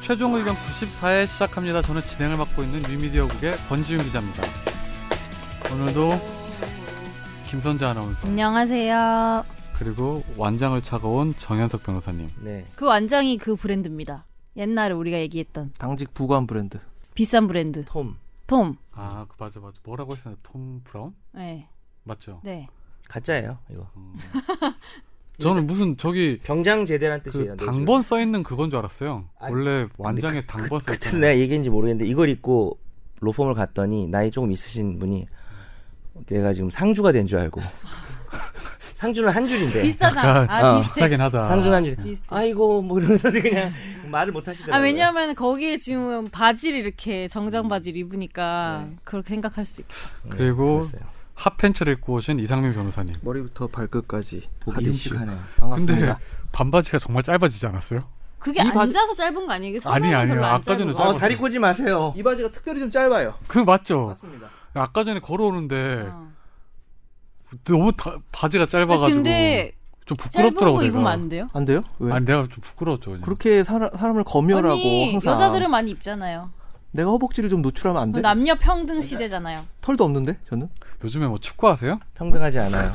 최종 의견 94회 시작합니다. 저는 진행을 맡고 있는 뉴미디어국의 권지윤 기자입니다. 오늘도 김선재 아나운서 안녕하세요. 그리고 완장을 차고 온 정현석 변호사님. 네. 그 완장이 그 브랜드입니다. 옛날에 우리가 얘기했던 당직 부관 브랜드 비싼 브랜드 톰 톰. 아, 그 맞아 맞아. 뭐라고 했었나? 톰 브라운? 네. 맞죠? 네. 가짜예요 이거 음. 저는 무슨 저기 병장 제대란 뜻이에요 그 내주. 당번 써 있는 그건 줄 알았어요. 네, 아니, 원래 근데 완장에 그, 당번 써 그, 있잖아요. 뜻은 내가 얘기했는지 모르겠는데 이걸 입고 로펌을 갔더니 나이 조금 있으신 분이 내가 지금 상주가 된 줄 알고 상주는 한 줄인데 비싸다. 아 어. 비슷해. 비싸긴 예. 하다. 상주는 한 줄. 비슷해. 아이고 뭐 이러면서 그냥 말을 못 하시더라고요. 아 왜냐하면 거기에 지금 바지를 이렇게 음. 정장 바지를 입으니까 네. 그렇게 생각할 수도 있고. 그리고 네, 그랬어요. 핫팬츠를 입고 오신 이상민 변호사님. 머리부터 발끝까지 보기 핫이슈. 끔찍하네요. 근데 반바지가 정말 짧아지지 않았어요? 그게 앉아서 짧은 거 아니에요? 이게 아니, 선반은 아니에요. 별로 안 아까 전에 짧은 거. 짧- 어 다리 꼬지 마세요. 이 바지가 특별히 좀 짧아요. 그 맞죠? 맞습니다. 아까 전에 걸어오는데 어. 너무 다- 바지가 짧아가지고 근데 좀 짧은 부끄럽더라고 거 내가. 입으면 안 돼요? 안 돼요? 왜? 아니 내가 좀 부끄러웠죠. 그냥. 그렇게 사람, 사람을 검열하고 아니 항상 여자들은 많이 입잖아요. 내가 허벅지를 좀 노출하면 네. 안 돼? 남녀 평등 시대잖아요. 털도 없는데 저는 요즘에 뭐 축구하세요? 평등하지 않아요.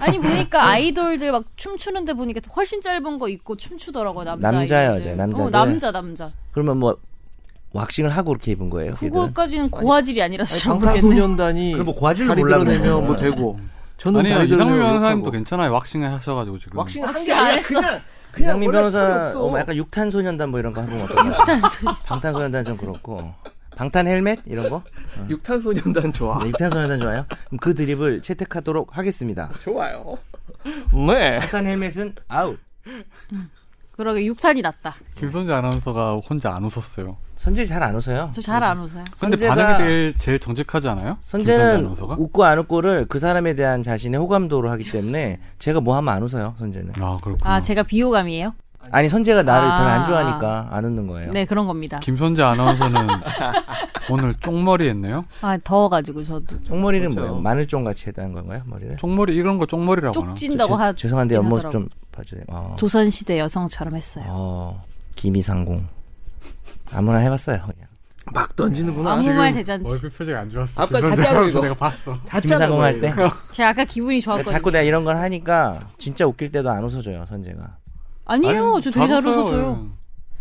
아니 어. 보니까 아이돌들 막 춤추는데 보니까 훨씬 짧은 거 입고 춤추더라고 남자 남자, 아이돌들. 여자, 남자들. 어, 남자 남자 그러면 뭐 왁싱을 하고 이렇게 입은 거예요? 얘들은? 그거까지는 고화질이 아니라서 잘 모르겠네 방탄소년단이 그럼 뭐 과질을 다리 몰라 그러면. 드러내면 뭐 되고 저는 아니요 다리 이상민 드러내면 변호사님도 못하고. 괜찮아요. 왁싱을 하셔가지고 지금. 왁싱 왁싱 한게 안 아니라 했어. 그냥 그냥 이상민 원래 변호사 털이 없어. 어, 뭐 약간 육탄소년단 뭐 이런 거 하면 어떨까? 방탄소년단 좀 그렇고 방탄 헬멧 이런 거? 네. 육탄소년단 좋아. 네, 육탄소년단 좋아요? 그럼 그 드립을 채택하도록 하겠습니다. 좋아요. 네. 방탄 헬멧은 아웃. 그러게 육탄이 났다 김선재 아나운서가 혼자 안 웃었어요. 선재 잘 안 웃어요. 저 잘 안 웃어요 근데 선재가- 반응이 제일, 제일 정직하지 않아요? 김선재 선재는 아나운서가? 웃고 안 웃고를 그 사람에 대한 자신의 호감도로 하기 때문에 제가 뭐 하면 안 웃어요. 선재는. 아 그렇구나. 어. 아 제가 비호감이에요 아니 선재가 나를 별로 아. 안 좋아하니까 안 웃는 거예요. 네 그런 겁니다 김선재 아나운서는 오늘 쪽머리 했네요. 아 더워가지고 저도 쪽머리는 그렇죠. 뭐예요? 마늘종 같이 했다는 건가요? 머리를? 쪽머리 이런 거 쪽머리라고 하나? 쪽진다고 뭐 하 죄송한데 하긴 옆모습 하더라고. 좀 봐주세요. 어. 조선시대 여성처럼 했어요 어. 김이상공. 아무나 해봤어요. 그냥. 막 어. 던지는구나. 아무 말 대잔치 얼굴 표정이 안 좋았어. 아까 김선재 가짜로 아나운서 이거. 내가 봤어. 김이상공 할 때. 제가 아까 기분이 그러니까 좋았거든요 자꾸 내가 이런 걸 하니까 진짜 웃길 때도 안 웃어줘요. 선재가. 아니요 아니, 저 되게 잘 웃어요. 웃었어요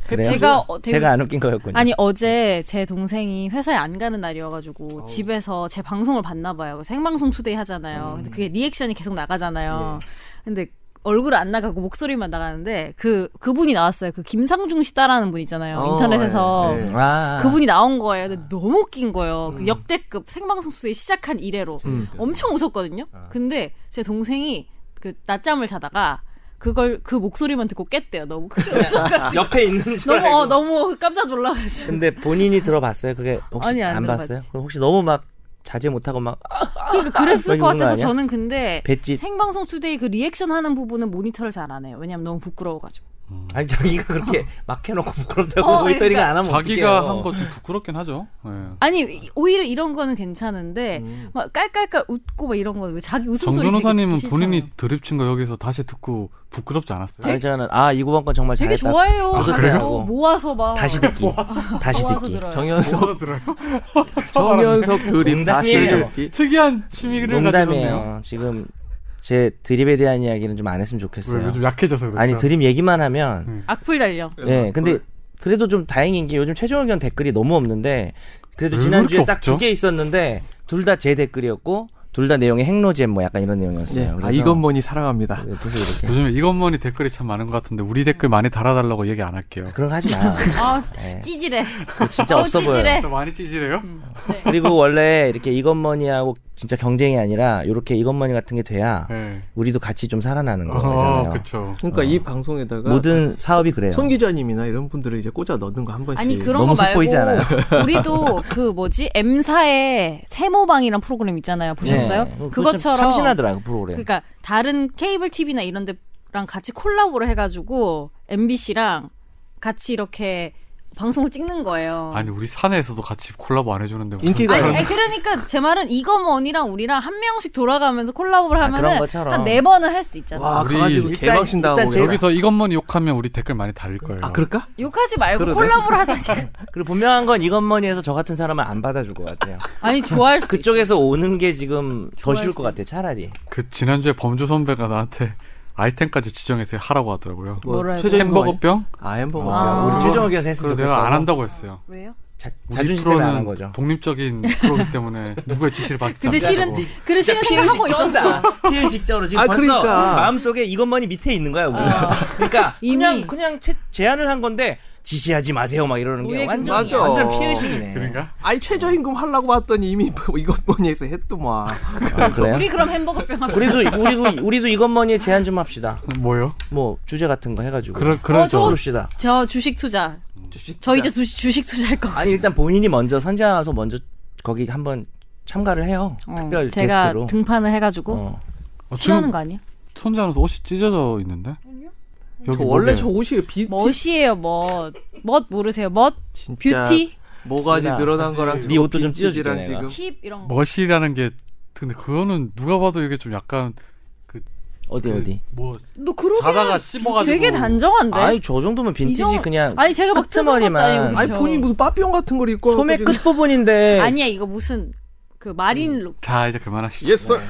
그래요? 제가 어, 되게 제가 안 웃긴 거였군요. 아니 어제 제 동생이 회사에 안 가는 날이어가지고 집에서 제 방송을 봤나 봐요. 그 생방송 투데이 하잖아요. 근데 그게 리액션이 계속 나가잖아요. 근데 얼굴 안 나가고 목소리만 나가는데 그 그분이 나왔어요. 그 김상중 씨따라는 분 있잖아요. 어, 인터넷에서 예, 예. 아. 그분이 나온 거예요. 근데 너무 웃긴 거예요. 그 역대급 생방송 투데이 시작한 이래로 음. 엄청 웃었거든요. 근데 제 동생이 그 낮잠을 자다가 그걸 그 목소리만 듣고 깼대요. 너무 크게 웃어가지고 옆에 있는 줄 너무 알고. 어, 너무 깜짝 놀라가지고. 근데 본인이 들어봤어요? 그게 혹시 아니, 안 안, 들어봤지. 봤어요? 그럼 혹시 너무 막 자제 못하고 막 아, 그러니까 그랬을 이런 것 거 같아서 아니야? 저는 근데 뱃짓 생방송 투데이 그 리액션 하는 부분은 모니터를 잘 안 해요. 왜냐면 너무 부끄러워가지고. 아니 자기가 그렇게 막 해놓고 부끄럽다고 어, 모니터링 그러니까 안 하면 자기가 어떡해요. 한 거 좀 부끄럽긴 하죠. 예. 아니 이- 오히려 이런 거는 괜찮은데 음. 막 깔깔깔 웃고 막 이런 거왜 자기 정 웃음소리 변호사님은 되게 본인이 드립친 거 여기서 다시 듣고 부끄럽지 않았어요? 아니 저는 아 이구번 건 정말 되게 잘했다. 좋아해요. 아, 자기 그래요? 뭐 모아서 막 다시 듣기. 다시 모아서 듣기. 들어요. 정연석 들어요. 정연석 예. 드림 다시 농담이에요. 듣기. 네. 특이한 취미를 가지셨네요. 농담이에요. 지금 제 드립에 대한 이야기는 좀 안 했으면 왜 좋겠어요. 요즘 약해져서 그렇죠? 아니 드립 얘기만 하면 악플 달려. 예, 근데 그래도 좀 다행인 게 요즘 최종 의견 댓글이 너무 없는데 그래도 왜 지난주에 그렇게 딱 두 없죠? 개 있었는데 둘 다 제 댓글이었고 둘 다 내용이 행로잼 뭐 약간 이런 내용이었어요. 네. 예. 아 그래서 이건 뭐니 사랑합니다. 예, 보세요 이렇게 요즘에 이것만이 댓글이 참 많은 것 같은데 우리 댓글 많이 달아달라고 얘기 안 할게요. 네, 그런 거 하지 마요. 아 네. 찌질해. 그거 진짜 어, 없어 보여. 찌질해. 요 또 많이 찌질해요? 그리고 원래 이렇게 이건 뭐니하고 진짜 경쟁이 아니라 이렇게 이건 뭐니 같은 게 돼야 네. 우리도 같이 좀 살아나는 어, 거잖아요. 그쵸. 그러니까 이 방송에다가 어. 모든 사업이 그래요. 손 기자님이나 이런 분들을 이제 꽂아 넣는 거 한 번씩. 아니 그런 너무 거 말고 속보이지 않아요? 우리도 그 뭐지 M사의 세모방이란 프로그램 있잖아요. 보셨어요? 예. 그거 좀 그것처럼 참신하더라고 프로그램. 그러니까 다른 케이블 TV나 이런 데랑 같이 콜라보를 해가지고 MBC랑 같이 이렇게 방송을 찍는 거예요. 아니 우리 사내에서도 같이 콜라보 안 해주는데 무슨 인기가 아니, 그런- 아니, 그러니까 제 말을 이거머니랑 우리랑 한 명씩 돌아가면서 콜라보를 아, 하면은 그런 것처럼. 한 네 번은 할 수 있잖아. 와, 그 우리 가가지고 일단- 개방신 당하고 일단 제가- 여기서 이것만 욕하면 우리 댓글 많이 달릴 거예요. 아, 그럴까? 욕하지 말고 그러네. 콜라보를 하자. 지금. 그리고 분명한 건 이것머니에서 저 같은 사람은 안 받아줄 것 같아요. 아니 좋아할 수도 있어. 그쪽에서 오는 게 지금 더 좋아할 쉬울 것 수 같아. 차라리. 그 지난주에 범주 선배가 나한테 아이템까지 지정해서 하라고 하더라고요. 뭐라 해야 최저임금 아니- 햄버거병? 아, 햄버거. 아. 우리 어, 최종 의견에서 했으면 그래서 좋겠고. 내가 안 한다고 했어요. 왜요? 자, 우리 자존심 때문에 안한 프로는 거죠. 독립적인 프로이기 때문에 누구의 지시를 받지 근데 실은 않고. 뭐. 그래 실은 생각하고 있었어. 피의식적으로 지금 아, 벌써 그러니까. 마음속에 이것만이 밑에 있는 거야. 우리. 어. 그러니까 이미. 그냥 그냥 채- 제안을 한 건데 지시하지 마세요 막 이러는 게 우회 완전 긍정이야. 완전 맞아. 피의식이네. 그러니까 아니, 최저임금 하려고 왔더니 이미 이것 뭐니 해서 했더만. 아, 그래요? 우리 그럼 햄버거병 합시다. 우리도 우리도 우리도 이것만이 제안 좀 합시다. 뭐요? 뭐 주제 같은 거 해가지고 그럴 그러죠. 어, 저- 그럽시다. 저 주식 투자. 주식 저 이제 주식, 주식 투자할 거. 아니 일단 본인이 먼저 선지자서 먼저 거기 한번 참가를 해요. 어, 아, 특별 제가 게스트로. 등판을 해가지고 어. 어, 싫어하는 지금 거 아니야? 손지 않아서 옷이 찢어져 있는데? 여기 저 원래 목에. 저 옷이 비 뭐, 멋이에요 멋. 멋 모르세요? 멋? 진짜 beauty, 모가지 진짜. 늘어난 거랑 네 옷도 좀 랑 찢어줄게, 지금 내가. 힙 이런 거. 뭐 멋이라는 게 근데 그거는 누가 봐도 이게 좀 약간 어디 그 어디. 뭐 너 그러게 자다가 씹어가지고 되게 단정한데. 아이 저 정도면 빈티지 이정- 그냥 아니 제가 막 뜯은 것도 끝머리만. 아니고 그쵸? 아니 본인 무슨 빠삐용 같은 걸 입고 소매 와가지고 끝 부분인데 아니야 이거 무슨 그 음. 마린 룩 자 이제 그만하시죠. 예스 sir.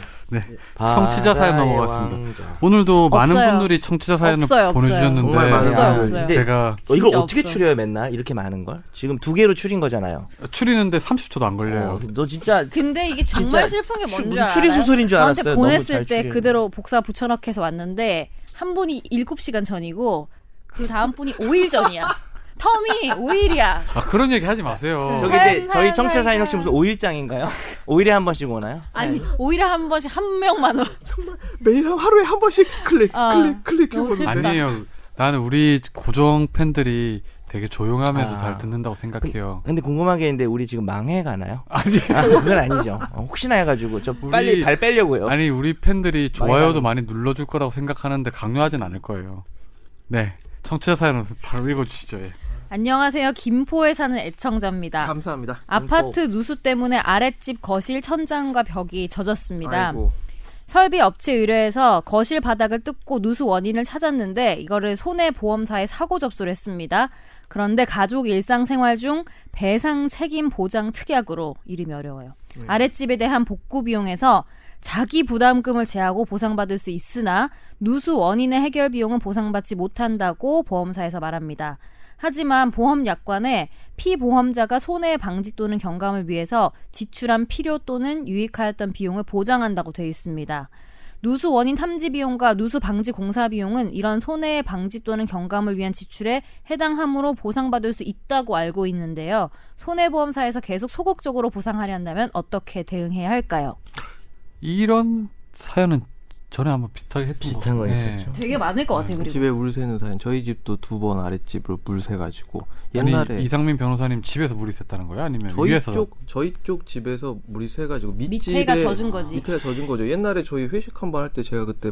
청취자 사연 바다의 넘어갔습니다. 왕자. 오늘도 많은 없어요. 분들이 청취자 사연을 없어요, 없어요. 보내주셨는데 정말 많아요. 없어요 아, 없어요. 근데- 제가 어, 이걸 진짜 어떻게 없어. 추려요 맨날 이렇게 많은 걸? 지금 두 개로 추린 거잖아요. 추리는데 30초도 안 걸려요. 어, 너 진짜 근데 이게 정말 진짜 슬픈 게 추- 뭔지 무슨 알아요? 추리 소설인 줄 저한테 알았어요. 너무 보냈을 잘 때 추리는. 그대로 복사 붙여넣기해서 왔는데 한 분이 7시간 전이고 그 다음 분이 5일 전이야. 텀이 5일이야. 아 그런 얘기 하지 마세요. 저기 사연, 이제 저희 사연, 청취자 사연 사연. 혹시 무슨 5일장인가요? 5일에 한 번씩 오나요? 아니 오히려 한 번씩 한 명만 올. 매일 하루에 한 번씩 클릭 아, 클릭 클릭 너무 해보는 슬프다. 아니에요. 나는 우리 고정 팬들이 되게 조용하면서 아. 잘 듣는다고 생각해요. 근데 궁금한 게 있는데 우리 지금 망해 가나요? 아니 아, 그건 아니죠. 어, 혹시나 해가지고 저 빨리 우리- 발 그, 빼려고요. 아니 우리 팬들이 좋아요도 많이 많이 눌러줄 거라고 생각하는데 강요하진 않을 거예요. 네, 청취자 사연은 바로 읽어주시죠. 예. 안녕하세요. 김포에 사는 애청자입니다. 감사합니다 아파트 누수 때문에 아랫집 거실 천장과 벽이 젖었습니다. 아이고 설비 업체 의뢰해서 거실 바닥을 뜯고 누수 원인을 찾았는데 이거를 손해보험사에 사고 접수를 했습니다. 그런데 가족 일상생활 중 배상 책임 보장 특약으로 이름이 어려워요. 아랫집에 대한 복구 비용에서 자기 부담금을 제하고 보상받을 수 있으나 누수 원인의 해결 비용은 보상받지 못한다고 보험사에서 말합니다. 하지만 보험 약관에 피보험자가 손해 방지 또는 경감을 위해서 지출한 필요 또는 유익하였던 비용을 보장한다고 되어 있습니다. 누수 원인 탐지 비용과 누수 방지 공사 비용은 이런 손해 방지 또는 경감을 위한 지출에 해당하므로 보상받을 수 있다고 알고 있는데요. 손해보험사에서 계속 소극적으로 보상하려 한다면 어떻게 대응해야 할까요? 이런 사연은 전에 한번 비슷하게 했던 비슷한 것 거 같- 있었죠. 되게 많을 것 같아요. 그리고 집에 물 새는 사연 저희 집도 두 번 아랫집으로 물 새가지고 예. 옛날에 옛날에 이상민 변호사님 집에서 물이 샜다는 거예요? 아니면 저희 위에서? 쪽 저희 쪽 집에서 물이 새가지고 밑집에 밑에가 젖은 거지. 밑에가 젖은 거죠 옛날에 저희 회식 한 번 할 때 제가 그때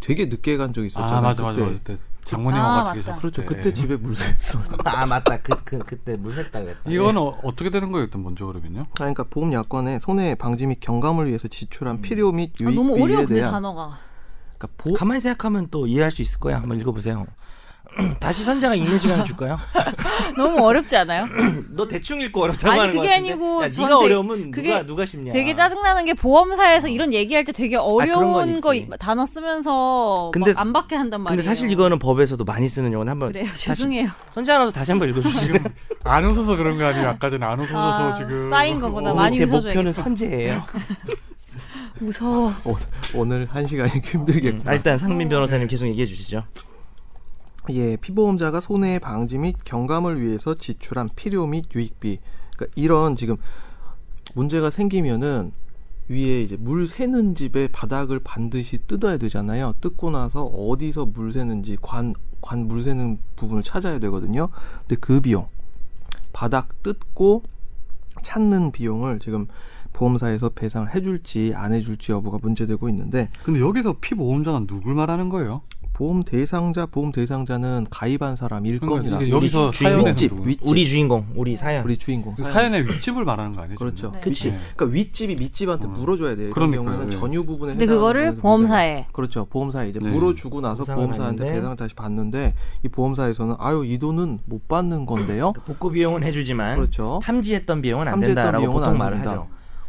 되게 늦게 간 적이 있었잖아요 아 맞아 맞아 그때. 맞아. 그때 장모님 아, 와가지고 맞다. 계셨을 그렇죠 때. 그때 집에 물 샜어요 아 맞다 그, 그 그때 무색다 그랬다. 이거는 어, 어떻게 되는 거예요? 일단 먼저 그러면요. 아니, 그러니까 보험 약관에 손해 방지 및 경감을 위해서 지출한 필요 및 아, 너무 유익비에 어려워 근데 대한 단어가. 그러니까 보, 가만히 생각하면 또 이해할 수 있을 거야. 한번 읽어보세요. 다시 선자가 읽는 시간을 줄까요? 너무 어렵지 않아요? 너 대충 읽고 어렵다고 아니, 하는 거 그게 같은데. 아니고 야, 전 네가 되게- 어려우면 그게 누가 누가 쉽냐? 되게 짜증나는 게 보험사에서 이런 얘기할 때 되게 어려운 그런 건 거 있지. 단어 쓰면서 근데- 막 안 받게 한단 말이에요. 근데 사실 이거는 법에서도 많이 쓰는 용어는 한번 그래요. 다시 죄송해요. 선지 아나운서 다시 한번 읽어주시죠. 지금 안 웃어서 그런 거 아니에요? 아까 전에 안 웃어서 아, 지금 쌓인 거구나. 어, 많이 제 웃어줘야겠다. 아, 목표는 선제예요. 무서워. 오- 어, 오늘 한 시간이 힘들겠다. 아, 일단 상민 변호사님 계속 얘기해 주시죠. 예, 피보험자가 손해 방지 및 경감을 위해서 지출한 필요 및 유익비. 그러니까 이런 지금 문제가 생기면은 위에 이제 물 새는 집의 바닥을 반드시 뜯어야 되잖아요. 뜯고 나서 어디서 물 새는지 관 관 물 새는 부분을 찾아야 되거든요. 근데 그 비용 바닥 뜯고 찾는 비용을 지금 보험사에서 배상을 해줄지 안 해줄지 여부가 문제되고 있는데 근데 여기서 피보험자는 누굴 말하는 거예요? 보험 대상자 보험 대상자는 가입한 사람 일 그러니까 겁니다. 이게 여기서 우리 주- 주인공. 사연에 윗집 누구예요? 윗집 우리 주인공, 우리 사연. 우리 주인공 그 사연. 사연의 윗집을 말하는 거 아니에요? 그렇죠. 네. 윗집. 네. 그러니까 윗집이 밑집한테 음. 물어줘야 돼요. 그런 그러니까요. 경우에는 네. 전유 부분에 근데 해당하는 그거를 부분에서 보험사에 그렇죠. 보험사에 이제 네. 물어주고 나서 보상을 보험사한테 받는데. 배상을 다시 받는데 이 보험사에서는 아유 이 돈은 못 받는 건데요. 그러니까 복구 비용은 해주지만 그렇죠. 탐지했던 비용은 안 탐지했던 된다라고 비용은 보통 안 말을 된다. 하죠.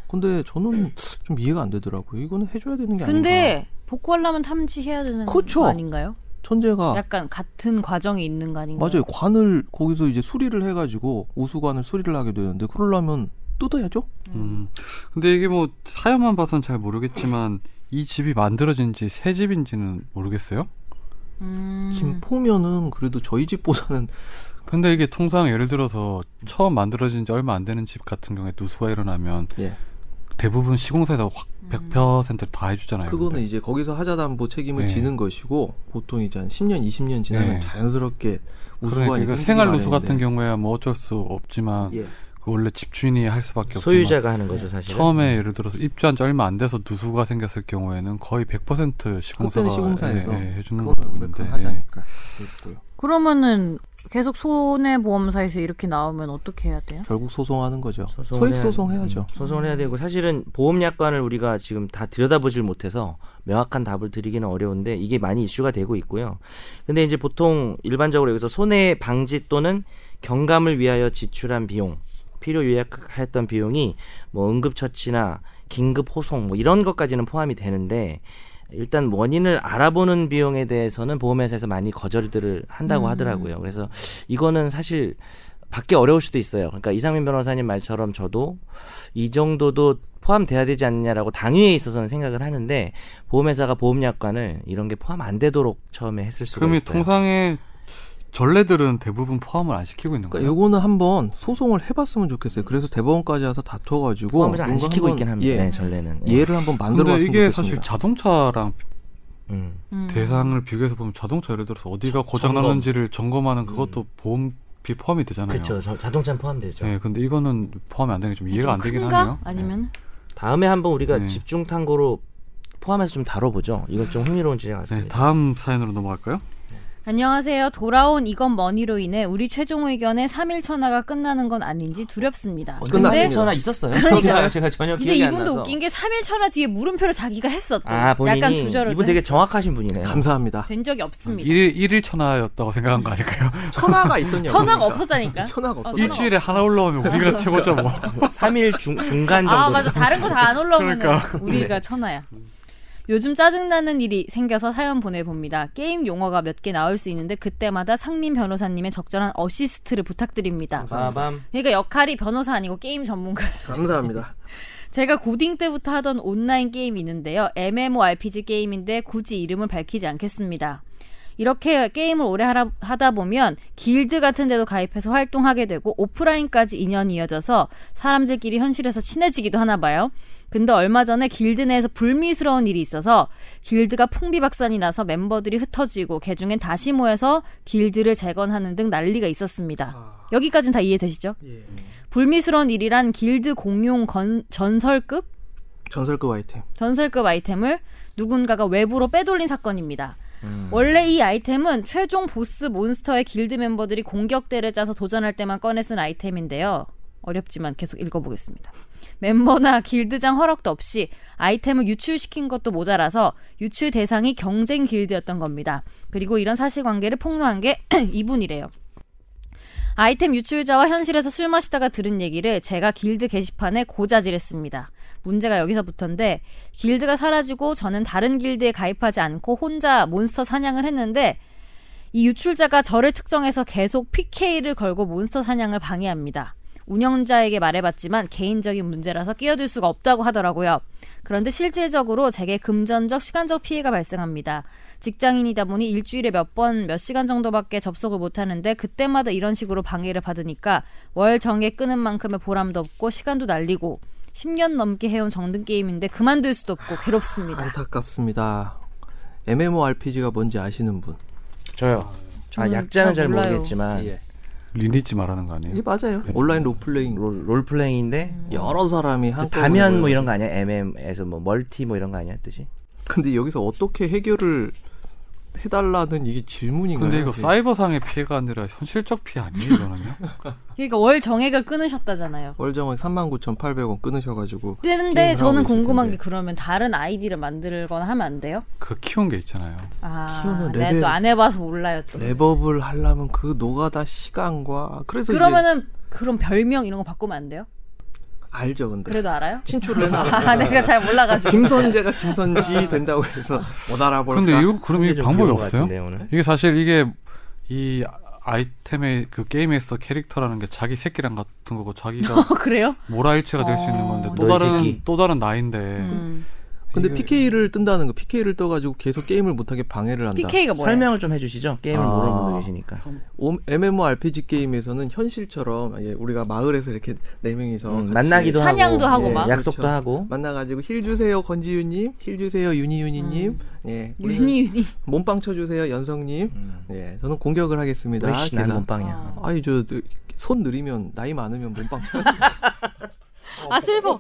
근데 저는 좀 이해가 안 되더라고요. 이거는 해줘야 되는 게 아닌가. 근데 복구하려면 탐지해야 되는 그쵸. 거 아닌가요? 천재가 약간 같은 과정이 있는 거 아닌가요? 맞아요. 관을 거기서 이제 수리를 해가지고 우수관을 수리를 하게 되는데 그러려면 뜯어야죠. 음. 근데 이게 뭐 사연만 봐선 잘 모르겠지만 이 집이 만들어진지 새 집인지는 모르겠어요. 음. 김포면은 그래도 저희 집보다는 근데 이게 통상 예를 들어서 처음 만들어진 지 얼마 안 되는 집 같은 경우에 누수가 일어나면 예. 대부분 시공사에서 확 100%다 해주잖아요. 그거는 근데. 이제 거기서 하자담보 책임을 네. 지는 것이고 보통 이제 한 10년, 20년 지나면 네. 자연스럽게 우수관이 그러니까 이거 생기기 생활 누수 같은 마련인데. 경우에야 뭐 어쩔 수 없지만 예. 그 원래 집주인이 할 수밖에 없지만 소유자가 하는 거죠 사실은. 처음에 예를 들어서 입주한 지 얼마 안 돼서 누수가 생겼을 경우에는 거의 100% 시공사가 그때는 시공사에서 예, 예, 해주는 걸로 알고 그건 있는데 그건 하지 예. 않을까 싶고요. 그러면은 계속 손해보험사에서 이렇게 나오면 어떻게 해야 돼요? 결국 소송하는 거죠. 소송을 소액 해야- 소송해야죠. 음. 소송을 해야 되고 사실은 보험약관을 우리가 지금 다 들여다보질 못해서 명확한 답을 드리기는 어려운데 이게 많이 이슈가 되고 있고요. 근데 이제 보통 일반적으로 여기서 손해 방지 또는 경감을 위하여 지출한 비용, 필요 요약했던 비용이 뭐 응급처치나 긴급 호송 뭐 이런 것까지는 포함이 되는데 일단 원인을 알아보는 비용에 대해서는 보험회사에서 많이 거절들을 한다고 하더라고요. 그래서 이거는 사실 받기 어려울 수도 있어요. 그러니까 이상민 변호사님 말처럼 저도 이 정도도 포함돼야 되지 않느냐라고 당위에 있어서는 생각을 하는데 보험회사가 보험약관을 이런 게 포함 안 되도록 처음에 했을 수가 그럼 이 있어요. 통상의 전례들은 대부분 포함을 안 시키고 있는 거예요. 그러니까 요거는 한번 소송을 해봤으면 좋겠어요. 그래서 대법원까지 와서 다퉈가지고 포함을 안 뭔가 시키고 한번 있긴 합니다. 예, 네, 전례는. 예. 예를 한번 근데 만들어봤으면 이게 좋겠습니다. 사실 자동차랑 음. 음. 대상을 비교해서 보면 자동차 예를 들어서 어디가 고장 점검. 났는지를 음. 점검하는 그것도 보험비 포함이 되잖아요. 그렇죠. 자동차는 포함되죠. 예, 근데 이거는 포함이 안 되는 게 좀 이해가 안 좀 되긴 큰가? 하네요. 아니면 다음에 한번 우리가 네. 집중 탐구로 포함해서 좀 다뤄보죠. 이건 좀 흥미로운 주제 네, 같습니다. 다음 사연으로 넘어갈까요? 안녕하세요. 돌아온 이건 머니로 인해 우리 최종 의견의 3일 천하가 끝나는 건 아닌지 두렵습니다. 어, 언제 끝났습니다. 근데, 전화 있었어요. 그러니까요. 제가 전혀 근데 기억이 안 이분도 나서. 웃긴 게 3일 천하 뒤에 물음표를 자기가 했었대. 아 본인이 약간 주저를 이분 또 되게 했어. 정확하신 분이네요. 감사합니다. 된 적이 없습니다. 일일 일일 천하였다고 생각한 거 아닐까요? 천하가 있었냐고. 천하가 그러니까. 없었다니까. 천하가 없었. 천하 일주일에 하나 올라오면 우리가 최고죠 뭐. 3일 중, 중간 네. 정도. 아 맞아 다른 거 다 안 올라오면 그러니까. 우리가 천하야. 요즘 짜증나는 일이 생겨서 사연 보내봅니다. 게임 용어가 몇 개 나올 수 있는데 그때마다 상민 변호사님의 적절한 어시스트를 부탁드립니다. 빠밤. 그러니까 역할이 변호사 아니고 게임 전문가. 감사합니다. 제가 고딩 때부터 하던 온라인 게임이 있는데요. MMORPG 게임인데 굳이 이름을 밝히지 않겠습니다. 이렇게 게임을 오래 하라- 하다 보면 길드 같은 데도 가입해서 활동하게 되고 오프라인까지 인연이 이어져서 사람들끼리 현실에서 친해지기도 하나 봐요. 근데 얼마 전에 길드 내에서 불미스러운 일이 있어서 길드가 풍비박산이 나서 멤버들이 흩어지고 개중엔 다시 모여서 길드를 재건하는 등 난리가 있었습니다. 여기까지는 다 이해되시죠? 불미스러운 일이란 길드 공용 건- 전설급 전설급 아이템. 전설급 아이템을 누군가가 외부로 빼돌린 사건입니다. 원래 이 아이템은 최종 보스 몬스터의 길드 멤버들이 공격대를 짜서 도전할 때만 꺼내 쓴 아이템인데요. 어렵지만 계속 읽어보겠습니다. 멤버나 길드장 허락도 없이 아이템을 유출시킨 것도 모자라서 유출 대상이 경쟁 길드였던 겁니다. 그리고 이런 사실관계를 폭로한 게 이분이래요. 아이템 유출자와 현실에서 술 마시다가 들은 얘기를 제가 길드 게시판에 고자질했습니다. 문제가 여기서부터인데 길드가 사라지고 저는 다른 길드에 가입하지 않고 혼자 몬스터 사냥을 했는데 이 유출자가 저를 특정해서 계속 PK를 걸고 몬스터 사냥을 방해합니다. 운영자에게 말해봤지만 개인적인 문제라서 끼어들 수가 없다고 하더라고요. 그런데 실질적으로 제게 금전적, 시간적 피해가 발생합니다. 직장인이다 보니 일주일에 몇 번 몇 시간 정도밖에 접속을 못 하는데 그때마다 이런 식으로 방해를 받으니까 월 정액 끄는 만큼의 보람도 없고 시간도 날리고 10년 넘게 해온 정든 게임인데 그만둘 수도 없고 아, 괴롭습니다. 안타깝습니다. MMORPG가 뭔지 아시는 분. 저요. 아 저는 잘 약자는 잘 몰라요. 모르겠지만 예. 리니지 말하는 거 예. 아니에요? 이게 예, 맞아요. 온라인 롤플레잉. 롤, 롤플레잉인데 여러 사람이 그 한꺼번에 가면 뭐 모여요. 이런 거 아니야? MM에서 뭐 멀티 뭐 이런 거 아니야 뜻이? 근데 여기서 어떻게 해결을 해달라는 이게 질문인가요? 네. 근데 이거 예. 이게? 사이버상의 피해가 아니라 현실적 피해 아니에요, 이거는요? 그러니까 월 정액을 끊으셨다잖아요. 월정액 39,800원 끊으셔가지고 근데 게임을 저는 하고 계실 궁금한 텐데. 게 그러면 다른 아이디를 만들거나 하면 안 돼요? 그 키운 게 있잖아요. 아, 키우는 내가 레벨- 또 안 해봐서 몰라요 또. 랩업을 하려면 그 노가다 시간과 그래서 이제 그러면은 그런 별명 이런 거 바꾸면 안 돼요? 알죠 근데 그래도 알아요? 친추를 해놔 아, 내가 잘 몰라가지고. 김선재가 김선지 된다고 해서 못 알아볼까 근데 이거 그럼 이 좀 방법이 귀여운 것 없어요? 같은데, 오늘. 이게 사실 이게 이 아이템의 그 게임에서 캐릭터라는 게 자기 새끼랑 같은 거고 자기가 어, 그래요? 모라일체가 될 수 있는 건데 또 어, 너의 다른 새끼. 또 다른 나인데 음. 근데 이게- PK를 뜬다는 거 PK를 떠가지고 계속 게임을 못하게 방해를 한다 PK가 뭐예요? 설명을 좀 해주시죠. 게임을 아. 모르는 분들 계시니까. 오- MMORPG 게임에서는 현실처럼 예, 우리가 마을에서 이렇게 네 명이서 음, 같이 만나기도 사냥도 하고 예, 막. 약속도 그렇죠. 하고. 만나가지고 힐 주세요 건지유님 힐 주세요 유니유니님 예 우리는 유니 유니. 몸빵 쳐주세요 연성님 음. 예 저는 공격을 하겠습니다 으이씨, 난 계속. 몸빵이야. 아. 아니 저 손 느리면 나이 많으면 몸빵 쳐요. 어. 아 슬퍼.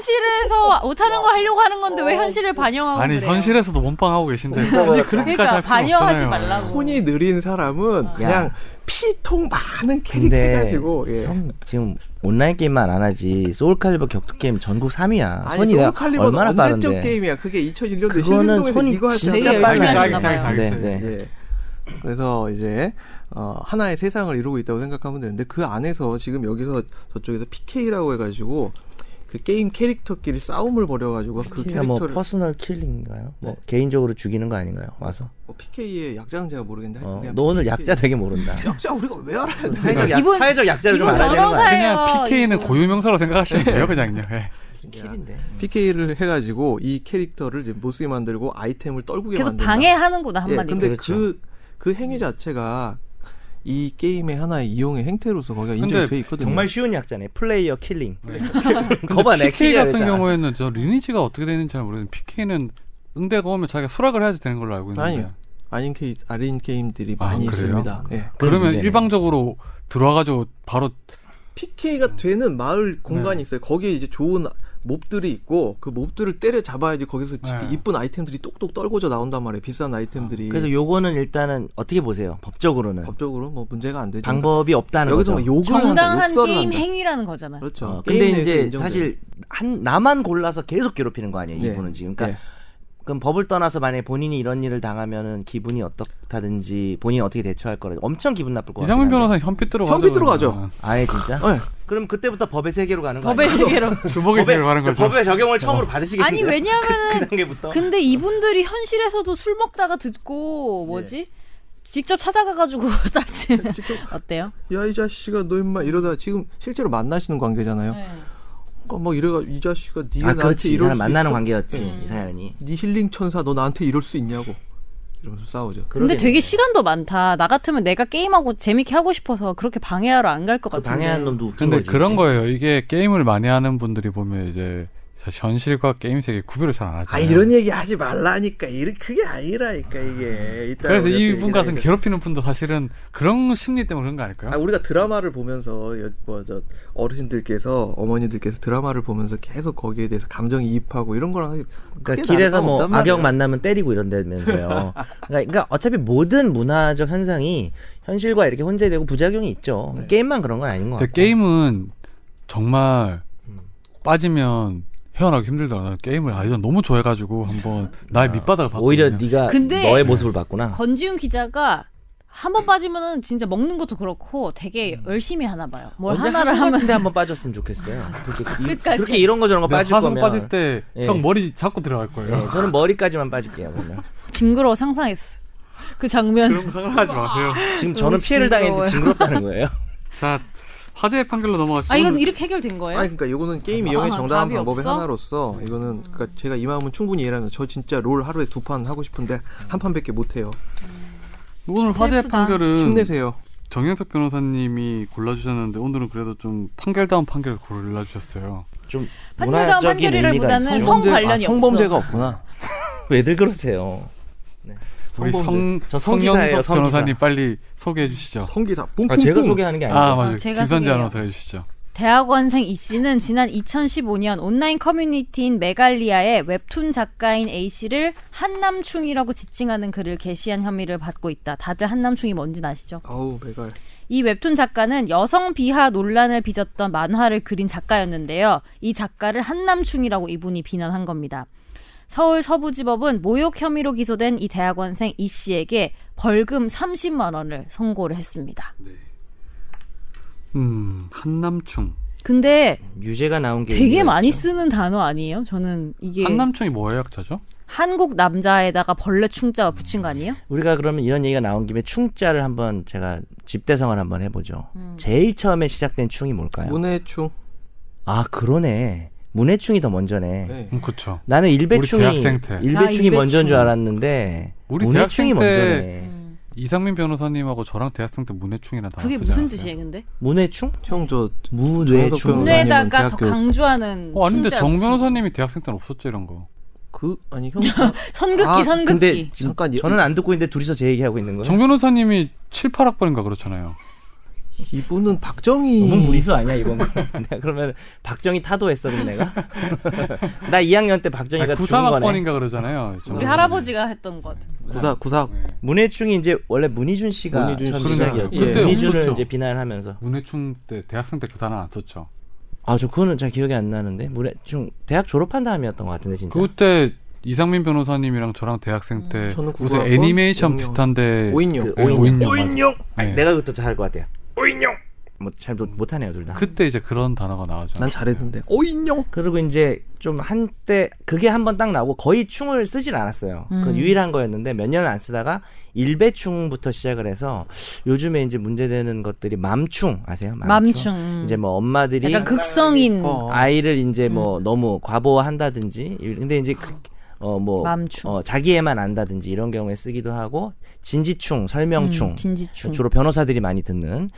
현실에서 못하는 걸 하려고 하는 건데 어, 왜 현실을 반영하고 아니 그래요? 현실에서도 몸빵하고 계신데 굳이 그러니까 그렇게까지 할 필요 반영하지 없잖아요. 말라고. 손이 느린 사람은 그냥 피통 많은 캐릭터 근데 해가지고 예. 형 지금 온라인 게임만 안 하지 소울칼리버 격투 게임 전국 3위야. 아니 손이 내가 소울칼리버는 얼마나 언제적 빠른데. 게임이야 그게 2001년도 그거는 신림동에서 손이 이거 할때 진짜 되게 열심히 빠르게 하셨나 하잖아요. 봐요. 네, 네. 예. 그래서 이제 어, 하나의 세상을 이루고 있다고 생각하면 되는데 그 안에서 지금 여기서 저쪽에서 PK라고 해가지고 그 게임 캐릭터끼리 싸움을 벌여가지고 그 그러니까 뭐 캐릭터를 퍼스널 킬링인가요? 뭐 개인적으로 죽이는 거 아닌가요? 와서. PK의 어, 약자인지가 모르겠는데 어, 하여튼 그냥 너 오늘 PK. 약자 되게 모른다. 약자 우리가 왜 알아야 돼? 사회적, 약, 이분- 사회적 약자를 좀 이분 알아야 되는 거 변호사예요, 아니야? 그냥 PK는 이거. 고유명사로 생각하시면 네. 돼요, 그냥요. 예. 무슨 킬인데. PK를 해가지고 이 캐릭터를 이제 못쓰게 만들고 아이템을 떨구게 계속 만든다. 예, 방해하는구나 한마디로. 근데 그 그렇죠. 그 행위 자체가 이 게임의 하나의 이용의 행태로서 거기가 근데 인정이 돼 있거든요. 정말 쉬운 약자네. 플레이어 킬링. 네. 거봐 근데 내 PK 킬이야 같은 그랬잖아. 경우에는 저 리니지가 어떻게 되는지 잘 모르겠는데 PK는 응대가 오면 자기가 수락을 해야지 되는 걸로 알고 있는데 아니요. 아닌 게임 아닌 게임들이 아, 많이 그래요? 있습니다. 예. 어. 그런 그러면 문제네. 일방적으로 들어와가지고 바로 음. PK가 되는 마을 공간이 네. 있어요. 거기에 이제 좋은 몹들이 있고 그 몹들을 때려 잡아야지 거기서 지- 네. 이쁜 아이템들이 똑똑 떨궈져 나온단 말이에요. 비싼 아이템들이. 그래서 요거는 일단은 어떻게 보세요? 법적으로는 뭐 법적으로 뭐 문제가 안 되죠. 방법이 없다는 여기서 막 거죠. 욕을 한다, 정당한 욕설을 게임 한다. 행위라는 거잖아요. 그렇죠. 어, 게임 근데 내에서 이제 인정돼요. 사실 한 나만 골라서 계속 괴롭히는 거 아니에요? 네. 이분은 지금 그러니까 네. 그럼 법을 떠나서 만약에 본인이 이런 일을 당하면은 기분이 어떻다든지 본인이 어떻게 대처할 거라 엄청 기분 나쁠 거 같아요. 이상민 변호사 현빛 들어가죠. 현빛 들어가죠. 그러면. 아예 진짜? 네. 그럼 그때부터 법의 세계로 가는 거 법의 아니에요? 세계로. 주먹이 제일 많은 저 거죠. 법의 적용을 어. 처음으로 받으시겠네요. 아니 왜냐하면은 그 아, 단계부터 근데 이분들이 현실에서도 술 먹다가 듣고 예. 뭐지? 직접 찾아가가지고 따지면 직접 어때요? 네. 야 이 자식아 너 임마 이러다 지금 실제로 만나시는 관계잖아요. 네. 그러니까 막 이래가 이 자식아 아 네가 나한테 그렇지 이 이럴 사람 수 만나는 있어? 관계였지 이 사연이. 네 힐링 천사 너 나한테 이럴 수 있냐고 이러면서 싸우죠. 근데 그러겠네. 되게 시간도 많다. 나 같으면 내가 게임하고 재밌게 하고 싶어서 그렇게 방해하러 안 갈 것 그 같은데. 방해하는 놈도 웃긴 근데 거지. 그런 그치? 거예요. 이게 게임을 많이 하는 분들이 보면 이제 사실 현실과 게임 세계 구별을 잘 안 아 하잖아요. 이런 얘기 하지 말라니까 이게 그게 아니라니까 이게. 이따 그래서 우리가 또 이분 얘기를 같은 하니까. 괴롭히는 분도 사실은 그런 심리 때문에 그런 거 아닐까요? 아 우리가 드라마를 보면서 여- 뭐저 어르신들께서 어머니들께서 드라마를 보면서 계속 거기에 대해서 감정이입하고 이런 거랑 사실 크게 그러니까 길에서 다를 건 뭐 없단 악역 말이에요. 만나면 때리고 이런다면서요. 그러니까, 그러니까 어차피 모든 문화적 현상이 현실과 이렇게 혼재되고 부작용이 있죠. 네. 게임만 그런 건 아닌 것 근데 같아요. 게임은 정말 빠지면 헤어나기 힘들더라고요. 게임을 아예 너무 좋아해가지고 한번 나의 밑바닥을 봤거든요. 오히려 네가 근데- 너의 모습을 봤구나. 건지윤 기자가 한 번 빠지면은 진짜 먹는 것도 그렇고 되게 열심히 하나 봐요. 뭘 음. 언제 하나를 하수 하면 같은데 한번 빠졌으면 좋겠어요. 그렇게, 이, 끝까지. 네, 그렇게 이런 거 저런 거 내가 빠질 화성 거면 빠질 때 예. 형 머리 잡고 들어갈 거예요. 네, 저는 머리까지만 빠질게요. 그러면. 징그러워 상상했어. 그 장면. 그런 거 상관하지 마세요. 지금 저는 너무 피해를 당했는데 징그러워요. 징그럽다는 거예요. 자 화제의 판결로 넘어가시죠. 아 이건 이렇게 해결된 거예요? 아니 그러니까 이거는 게임 이용의 아, 정당한 답이 방법의 없어? 하나로서 이거는 그러니까 제가 이 마음은 충분히 이해합니다. 저 진짜 롤 하루에 두 판 하고 싶은데 한 판밖에 못 해요. 오늘 화제의 슬프다. 판결은 힘내세요. 정영석 변호사님이 골라주셨는데 오늘은 그래도 좀 판결다운 판결을 골라주셨어요. 좀 판결다운 문화적인 의미가 판결이라기보다는 있어요. 성 관련이 아, 없어. 성범죄가 없구나. 왜들 그러세요? 네. 우리 성, 성범죄. 저 성기사예요, 성영석 성기사. 변호사님 빨리 소개해 주시죠. 성기사 뿡뿡뿡. 아, 제가 소개하는 게 아니죠. 아 맞아요. 제가 김선재 소개해요. 아나운서 해주시죠. 대학원생 이 씨는 지난 2015년 온라인 커뮤니티인 메갈리아에 웹툰 작가인 A 씨를 한남충이라고 지칭하는 글을 게시한 혐의를 받고 있다. 다들 한남충이 뭔진 아시죠? 아우 메갈. 이 웹툰 작가는 여성 비하 논란을 빚었던 만화를 그린 작가였는데요. 이 작가를 한남충이라고 이분이 비난한 겁니다. 서울 서부지법은 모욕 혐의로 기소된 이 대학원생 이 씨에게 벌금 30만 원을 선고를 했습니다. 음, 한남충. 근데 유죄가 나온 게 되게 의미가 많이 있죠. 쓰는 단어 아니에요? 저는 이게 한남충이 뭐예요, 약자죠? 한국 남자에다가 벌레 충자 붙인 거 아니에요? 우리가 그러면 이런 얘기가 나온 김에 충자를 한번 제가 집대성을 한번 해보죠. 제일 처음에 시작된 충이 뭘까요? 문해충. 아 그러네. 문해충이 더 먼저네. 네. 음, 그쵸. 나는 우리 일배충이 대학생 때. 일배충이 아, 먼저인 줄 일배충. 음. 알았는데 우리 문해충이 대학생 때- 먼저네. 이상민 변호사님하고 저랑 대학생 때 문해충이라는 단어 그게 쓰지 무슨 않았어요? 뜻이에요, 근데? 문해충? 형저 무뇌충. 변호사. 문해- 문에다가 더 대학교- 강조하는 어, 아닌데 충자를 정 붙인 거. 변호사님이 대학생 때는 없었죠 이런 거. 그 아니 형 선극기 아, 선극기. 근데 지금 잠깐 이- 저는 안 듣고 있는데 둘이서 제 얘기하고 있는 네? 거예요. 정 변호사님이 7, 8학번인가 그렇잖아요. 이분은 너무 박정희 무리수 아니야 이번 거. 내가 그러면 박정희 타도했어 그럼 내가. 나 2학년 때 박정희가 아니, 죽은 9, 거네. 3학번인가 그러잖아요. 정 우리 변호사님이. 할아버지가 했던 것 음, 같은. 구사 구사 네. 문해충이 이제 원래 문희준 씨가 문희준 처음 씨가. 시작이었죠. 그때 문희준을 없었죠. 이제 비난하면서 문해충 때 대학생 때 그 단어 안 썼죠. 아 저 그거는 잘 기억이 안 나는데 문해충 대학 졸업한 다음이었던 것 같은데 네. 진짜. 그때 이상민 변호사님이랑 저랑 대학생 때 음. 무슨 저는 국어학번, 애니메이션 영영. 비슷한데 오인용. 네, 오인용. 그 오인용. 맞아. 아니, 네. 내가 그것도 잘할 것 같아요. 오인용. 뭐잘 못하네요 둘 다. 그때 이제 그런 단어가 나오죠. 난 잘했는데. 오인용. 그리고 이제 좀 한때 그게 한 번 딱 나오고 거의 충을 쓰진 않았어요. 음. 그건 유일한 거였는데 몇 년을 안 쓰다가 일배충부터 시작을 해서 요즘에 이제 문제되는 것들이 맘충 아세요? 맘충. 음. 이제 어, 뭐 엄마들이 약간 극성인 아이를 이제 음. 뭐 너무 과보한다든지 근데 이제 그, 어뭐 맘충. 어, 자기애만 안다든지 이런 경우에 쓰기도 하고 진지충, 설명충, 음, 진지충. 주로 변호사들이 많이 듣는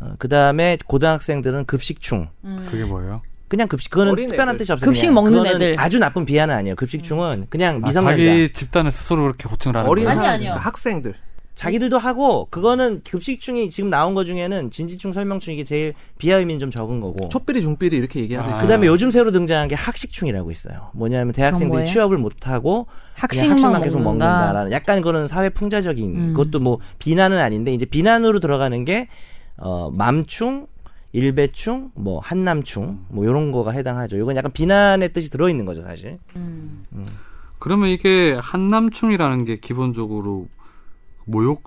어, 그다음에 고등학생들은 급식충 그게 뭐예요? 그냥 급식 그거는 어린 특별한 애들. 뜻이 없어요. 급식 그냥. 먹는 그거는 애들. 음. 아주 나쁜 비하는 아니에요. 급식충은 그냥 아, 미성년자 자기 집단을 스스로 그렇게 고충을 하는 어린 거예요. 아니, 사람들, 아니요. 학생들. 자기... 들도 하고 그거는 급식충이 지금 나온 거 중에는 진지충, 설명충 이게 제일 비하 의미는 좀 적은 거고. 촛비리 중비리 이렇게 얘기하듯이. 아. 그다음에 요즘 새로 등장한 게 학식충이라고 있어요. 뭐냐면 대학생들이 뭐예요? 취업을 못 하고 학식만 먹는다. 계속 음. 먹는다라는 약간 그런 사회 풍자적인 그것도 뭐 비난은 아닌데 이제 비난으로 들어가는 게 어, 맘충 일배충, 뭐 한남충, 뭐 이런 거가 해당하죠. 이건 약간 비난의 뜻이 들어있는 거죠, 사실. 그러면 이게 한남충이라는 게 기본적으로 모욕죄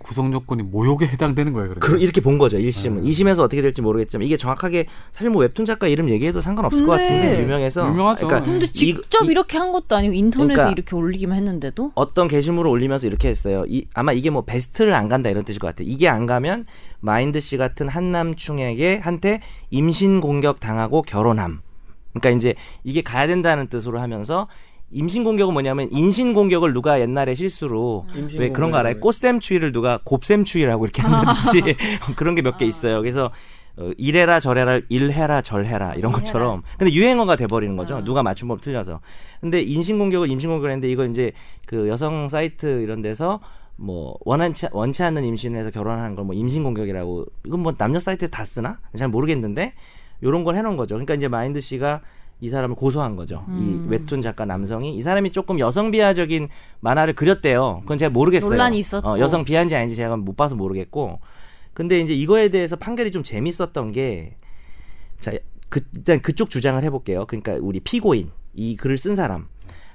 구성 요건이 모욕에 해당되는 거예요, 그, 그러면? 이렇게 본 거죠 음. 1심은 2심에서 어떻게 될지 모르겠지만 이게 정확하게 사실 뭐 웹툰 작가 이름 얘기해도 상관없을 것 근데 같은데 유명해서 그러니까 유명하죠. 근데 직접 이거- 이- 이, 렇게한 것도 아니고 인터넷에 그러니까- 이렇게 올리기만 했는데도 어떤 게시물을 올리면서 이렇게 했어요 이, 아마 이게 뭐 베스트를 안 간다 이런 뜻일 것 같아요 이게 안 가면 마인드 씨 같은 한남충에게 한테 임신 공격 당하고 결혼함 그러니까 이제 이게 가야 된다는 뜻으로 하면서 임신 공격은 뭐냐면 인신 공격을 누가 옛날에 실수로 임신 왜 그런 거 알아요? 공격을. 꽃샘 추위를 누가 곱샘 추위라고 이렇게 한다든지 그런 게 몇 개 있어요. 그래서 어, 이래라 저래라 일해라 절해라 아. 이런 것처럼 근데 유행어가 돼버리는 거죠. 누가 맞춤법 틀려서. 근데 인신 공격을 임신 공격을 했는데 이거 이제 그 여성 사이트 이런 데서 뭐 원한치 원치 않는 임신을 해서 결혼하는 걸 뭐 임신 공격이라고 이건 뭐 남녀 사이트에 다 쓰나 잘 모르겠는데 요런 걸 해놓은 거죠. 그러니까 이제 마인드 씨가 이 사람을 고소한 거죠. 이 웹툰 작가 남성이 이 사람이 조금 여성 비하적인 만화를 그렸대요. 그건 제가 모르겠어요. 논란이 있었고. 어, 여성 비하인지 아닌지 제가 못 봐서 모르겠고. 근데 이제 이거에 대해서 판결이 좀 재밌었던 게 자, 그, 일단 그쪽 주장을 해볼게요. 그러니까 우리 피고인 이 글을 쓴 사람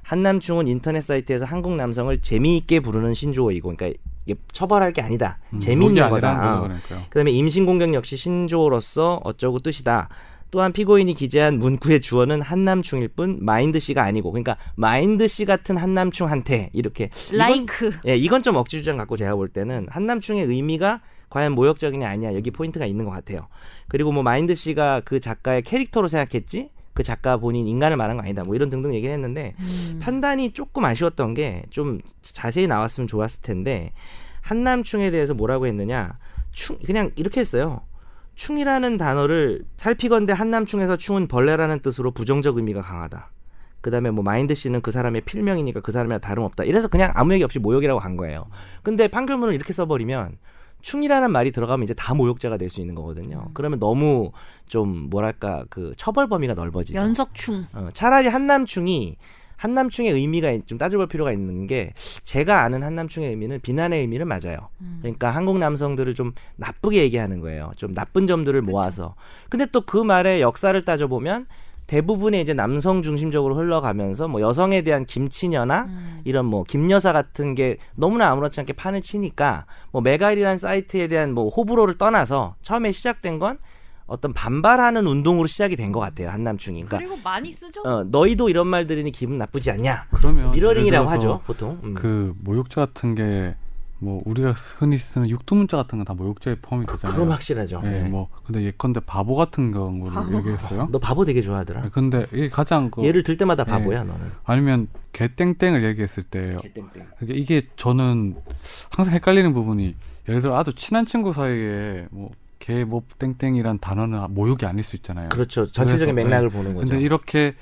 한남충은 인터넷 사이트에서 한국 남성을 재미있게 부르는 신조어이고, 그러니까 이게 처벌할 게 아니다. 음, 욕이 재미있는 아니라는 거다. 거죠, 그러니까요. 그다음에 임신 공격 역시 신조어로서 어쩌고 뜻이다. 또한 피고인이 기재한 문구의 주어는 한남충일 뿐 마인드 씨가 아니고 그러니까 마인드 씨 같은 한남충한테 이렇게 이건- 라이크 예, 이건 좀 억지 주장 갖고 제가 볼 때는 한남충의 의미가 과연 모욕적이냐 아니냐 여기 포인트가 있는 것 같아요. 그리고 뭐 마인드 씨가 그 작가의 캐릭터로 생각했지 그 작가 본인 인간을 말한 거 아니다 뭐 이런 등등 얘기를 했는데 판단이 조금 아쉬웠던 게 좀 자세히 나왔으면 좋았을 텐데 한남충에 대해서 뭐라고 했느냐 충 그냥 이렇게 했어요. 충이라는 단어를 살피건대 한남충에서 충은 벌레라는 뜻으로 부정적 의미가 강하다. 그다음에 뭐 마인드 씨는 그 사람의 필명이니까 그 사람이랑 다름없다. 이래서 그냥 아무 얘기 없이 모욕이라고 간 거예요. 근데 판결문을 이렇게 써버리면 충이라는 말이 들어가면 이제 다 모욕자가 될 수 있는 거거든요. 그러면 너무 좀 뭐랄까 그 처벌 범위가 넓어지죠. 연석충. 어, 차라리 한남충이 한남충의 의미가 있- 좀 따져볼 필요가 있는 게 제가 아는 한남충의 의미는 비난의 의미는 맞아요. 그러니까 한국 남성들을 좀 나쁘게 얘기하는 거예요. 좀 나쁜 점들을 모아서. 근데 또 그 말의 역사를 따져보면 대부분의 이제 남성 중심적으로 흘러가면서 뭐 여성에 대한 김치녀나 이런 뭐 김여사 같은 게 너무나 아무렇지 않게 판을 치니까 뭐 메갈이라는 사이트에 대한 뭐 호불호를 떠나서 처음에 시작된 건 어떤 반발하는 운동으로 시작이 된 것 같아요 한남충이. 그러니까 그리고 많이 쓰죠. 어, 너희도 이런 말 들으니 기분 나쁘지 않냐? 그러면 미러링이라고 예를 들어서 하죠 보통. 음. 그 모욕죄 같은 게 뭐 우리가 흔히 쓰는 육두문자 같은 건 다 모욕죄에 포함이 되잖아요. 건 확실하죠. 예, 그, 네. 뭐 근데 예컨대 바보 같은 경우를 얘기했어요. 너 바보 되게 좋아하더라. 예, 근데 이게 가장 그 얘를 들 때마다 바보야 너는. 아니면 개땡땡을 얘기했을 때 개땡땡. 그러니까 이게- 이게 저는 항상 헷갈리는 부분이 예를 들어 아주 친한 친구 사이에 뭐개뭐 땡땡이란 단어는 모욕이 아닐 수 있잖아요. 그렇죠. 전체적인 그래서, 네. 맥락을 보는 거죠. 근데 이렇게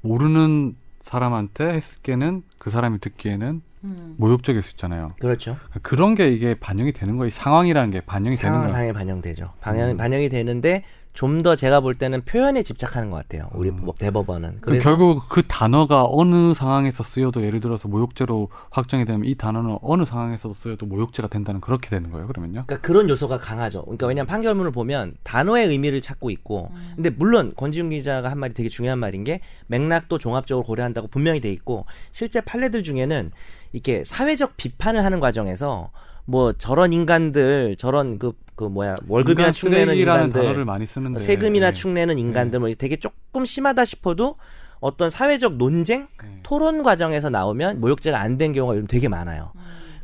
모르는 사람한테 했을 때는 그 사람이 듣기에는 음. 모욕적일 수 있잖아요. 그렇죠. 그런 게 이게 반영이 되는 거예요. 이 상황이라는 게 반영이 음. 되는 상황 아, 거예요. 당연히 반영되죠. 방향 반영이 되는데 좀 더 제가 볼 때는 표현에 집착하는 것 같아요. 우리 법- 대법원은. 음. 그럼 그래서 결국 그 단어가 어느 상황에서 쓰여도 예를 들어서 모욕죄로 확정이 되면 이 단어는 어느 상황에서 쓰여도 모욕죄가 된다는 그렇게 되는 거예요. 그러면요? 그러니까 그런 요소가 강하죠. 그러니까 왜냐면 판결문을 보면 단어의 의미를 찾고 있고, 근데 물론 권지훈 기자가 한 말이 되게 중요한 말인 게 맥락도 종합적으로 고려한다고 분명히 돼 있고, 실제 판례들 중에는 이렇게 사회적 비판을 하는 과정에서 뭐 저런 인간들, 저런 그, 그 뭐야 월급이나 인간 축내는 쓰레기라는 인간들, 단어를 많이 쓰는데 세금이나 예. 축내는 인간들 뭐 되게 조금 심하다 싶어도 어떤 사회적 논쟁, 네. 토론 과정에서 나오면 모욕죄가 안 된 경우가 요즘 되게 많아요.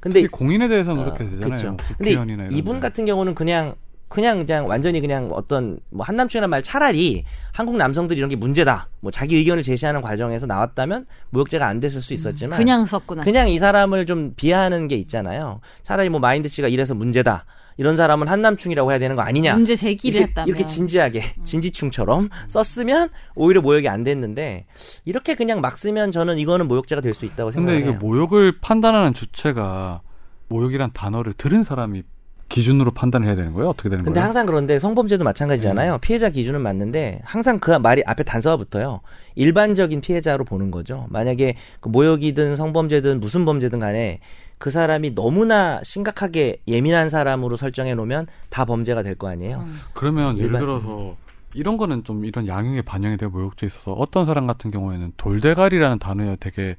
근데 특히 공인에 대해서는 어, 그렇게 그쵸. 되잖아요. 뭐 근데 국회의원이나 이런 이분 데. 같은 경우는 그냥 그냥 그냥 완전히 그냥 어떤 뭐 한남충이란 말 차라리 한국 남성들이 이런 게 문제다. 뭐 자기 의견을 제시하는 과정에서 나왔다면 모욕죄가 안 됐을 수 음, 있었지만 그냥 썼구나. 그냥 이 사람을 좀 비하하는 게 있잖아요. 차라리 뭐 마인드 씨가 이래서 문제다. 이런 사람은 한남충이라고 해야 되는 거 아니냐. 문제 음, 제기를 이렇게, 했다면 음. 이렇게 진지하게 진지충처럼 썼으면 오히려 모욕이 안 됐는데 이렇게 그냥 막 쓰면 저는 이거는 모욕죄가 될 수 있다고 근데 생각해요. 이게 모욕을 판단하는 주체가 모욕이란 단어를 들은 사람이 기준으로 판단을 해야 음. 되는 거예요? 어떻게 되는 근데 거예요? 항상 그런데 성범죄도 마찬가지잖아요. 피해자 기준은 맞는데 항상 그 말이 앞에 단서가 붙어요. 일반적인 피해자로 보는 거죠. 만약에 그 모욕이든 성범죄든 무슨 범죄든 간에 그 사람이 너무나 심각하게 예민한 사람으로 설정해 놓으면 다 범죄가 될 거 음. 아니에요. 그러면 예를 일반- 들어서 이런 거는 좀 이런 양형에 반영이 되어 모욕죄에 있어서 어떤 사람 같은 경우에는 돌대가리라는 단어에 되게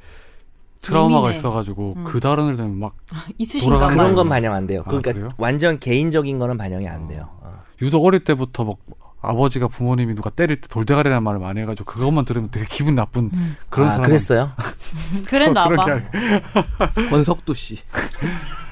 트라우마가 예민해. 음. 있어가지고 그 단어를 들으면 막 있으신가 돌아가는 봐요. 그런 거- 건 반영 안 돼요. 아, 그러니까 그래요? 완전 개인적인 거는 반영이 안 돼요. 어. 유독 어릴 때부터 막 아버지가 부모님이 누가 때릴 때 돌대가리라는 말을 많이 해가지고 그것만 들으면 되게 기분 나쁜 음. 그런 아, 사람 그랬어요. 그랬나 봐. 권석두 씨.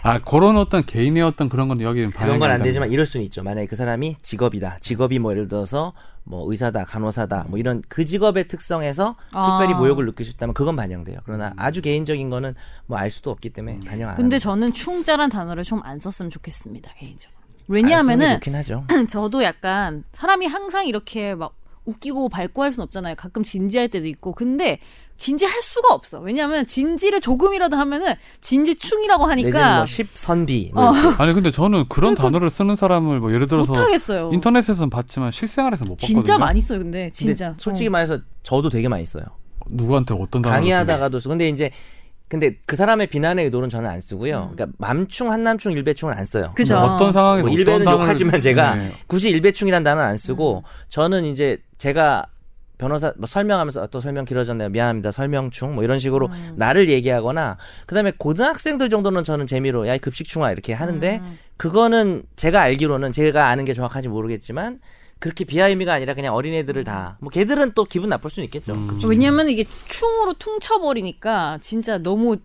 아 그런 어떤 개인의 어떤 그런 건 여기는 그런 반영이 건 안 된다는 되지만 이럴 수는 있죠. 만약에 그 사람이 직업이다. 직업이 뭐 예를 들어서 뭐 의사다, 간호사다, 뭐 이런 그 직업의 특성에서 아. 특별히 모욕을 느낄 수 있다면 그건 반영돼요. 그러나 아주 개인적인 거는 뭐 알 수도 없기 때문에 반영 안. 근데 하는 저는 충자란 단어를 좀 안 썼으면 좋겠습니다 개인적으로. 거예요. 안 쓰는 게 왜냐하면은 좋긴 하죠. 저도 약간 사람이 항상 이렇게 막 웃기고 밝고 할 순 없잖아요. 가끔 진지할 때도 있고. 근데 진지할 수가 없어. 왜냐하면 진지를 조금이라도 하면은 진지충이라고 내지는 하니까 어, 뭐 십선비 뭐 이렇게. 아니 근데 저는 그런 단어를 쓰는 사람을 뭐 예를 들어서 그러니까 못하겠어요. 인터넷에서는 봤지만 실생활에서 못 진짜 봤거든요. 많이 써요. 근데 근데 진짜. 어. 솔직히 말해서 저도 되게 많이 써요. 누구한테 어떤 단어를 강의하다가도 쓰고 근데 이제 근데 그 사람의 비난의 의도는 저는 안 음. 쓰고요. 그러니까 맘충, 한남충, 일배충은 안 써요. 쓰는지. 그죠. 그러니까 어떤 상황에서 뭐 어떤 일베는 단어를- 욕하지만 제가 네. 굳이 일배충이란 단어는 안 쓰고 저는 이제 제가 변호사 뭐 설명하면서 아, 또 설명 길어졌네요 미안합니다 설명충 뭐 이런 식으로 나를 얘기하거나 그다음에 고등학생들 정도는 저는 재미로 야이 급식충아 이렇게 하는데 그거는 제가 알기로는 제가 아는 게 정확한지 모르겠지만 그렇게 비하 의미가 아니라 그냥 어린애들을 다 뭐 걔들은 또 기분 나쁠 수는 있겠죠 급식충. 왜냐면 이게 충으로 퉁쳐버리니까 진짜 너무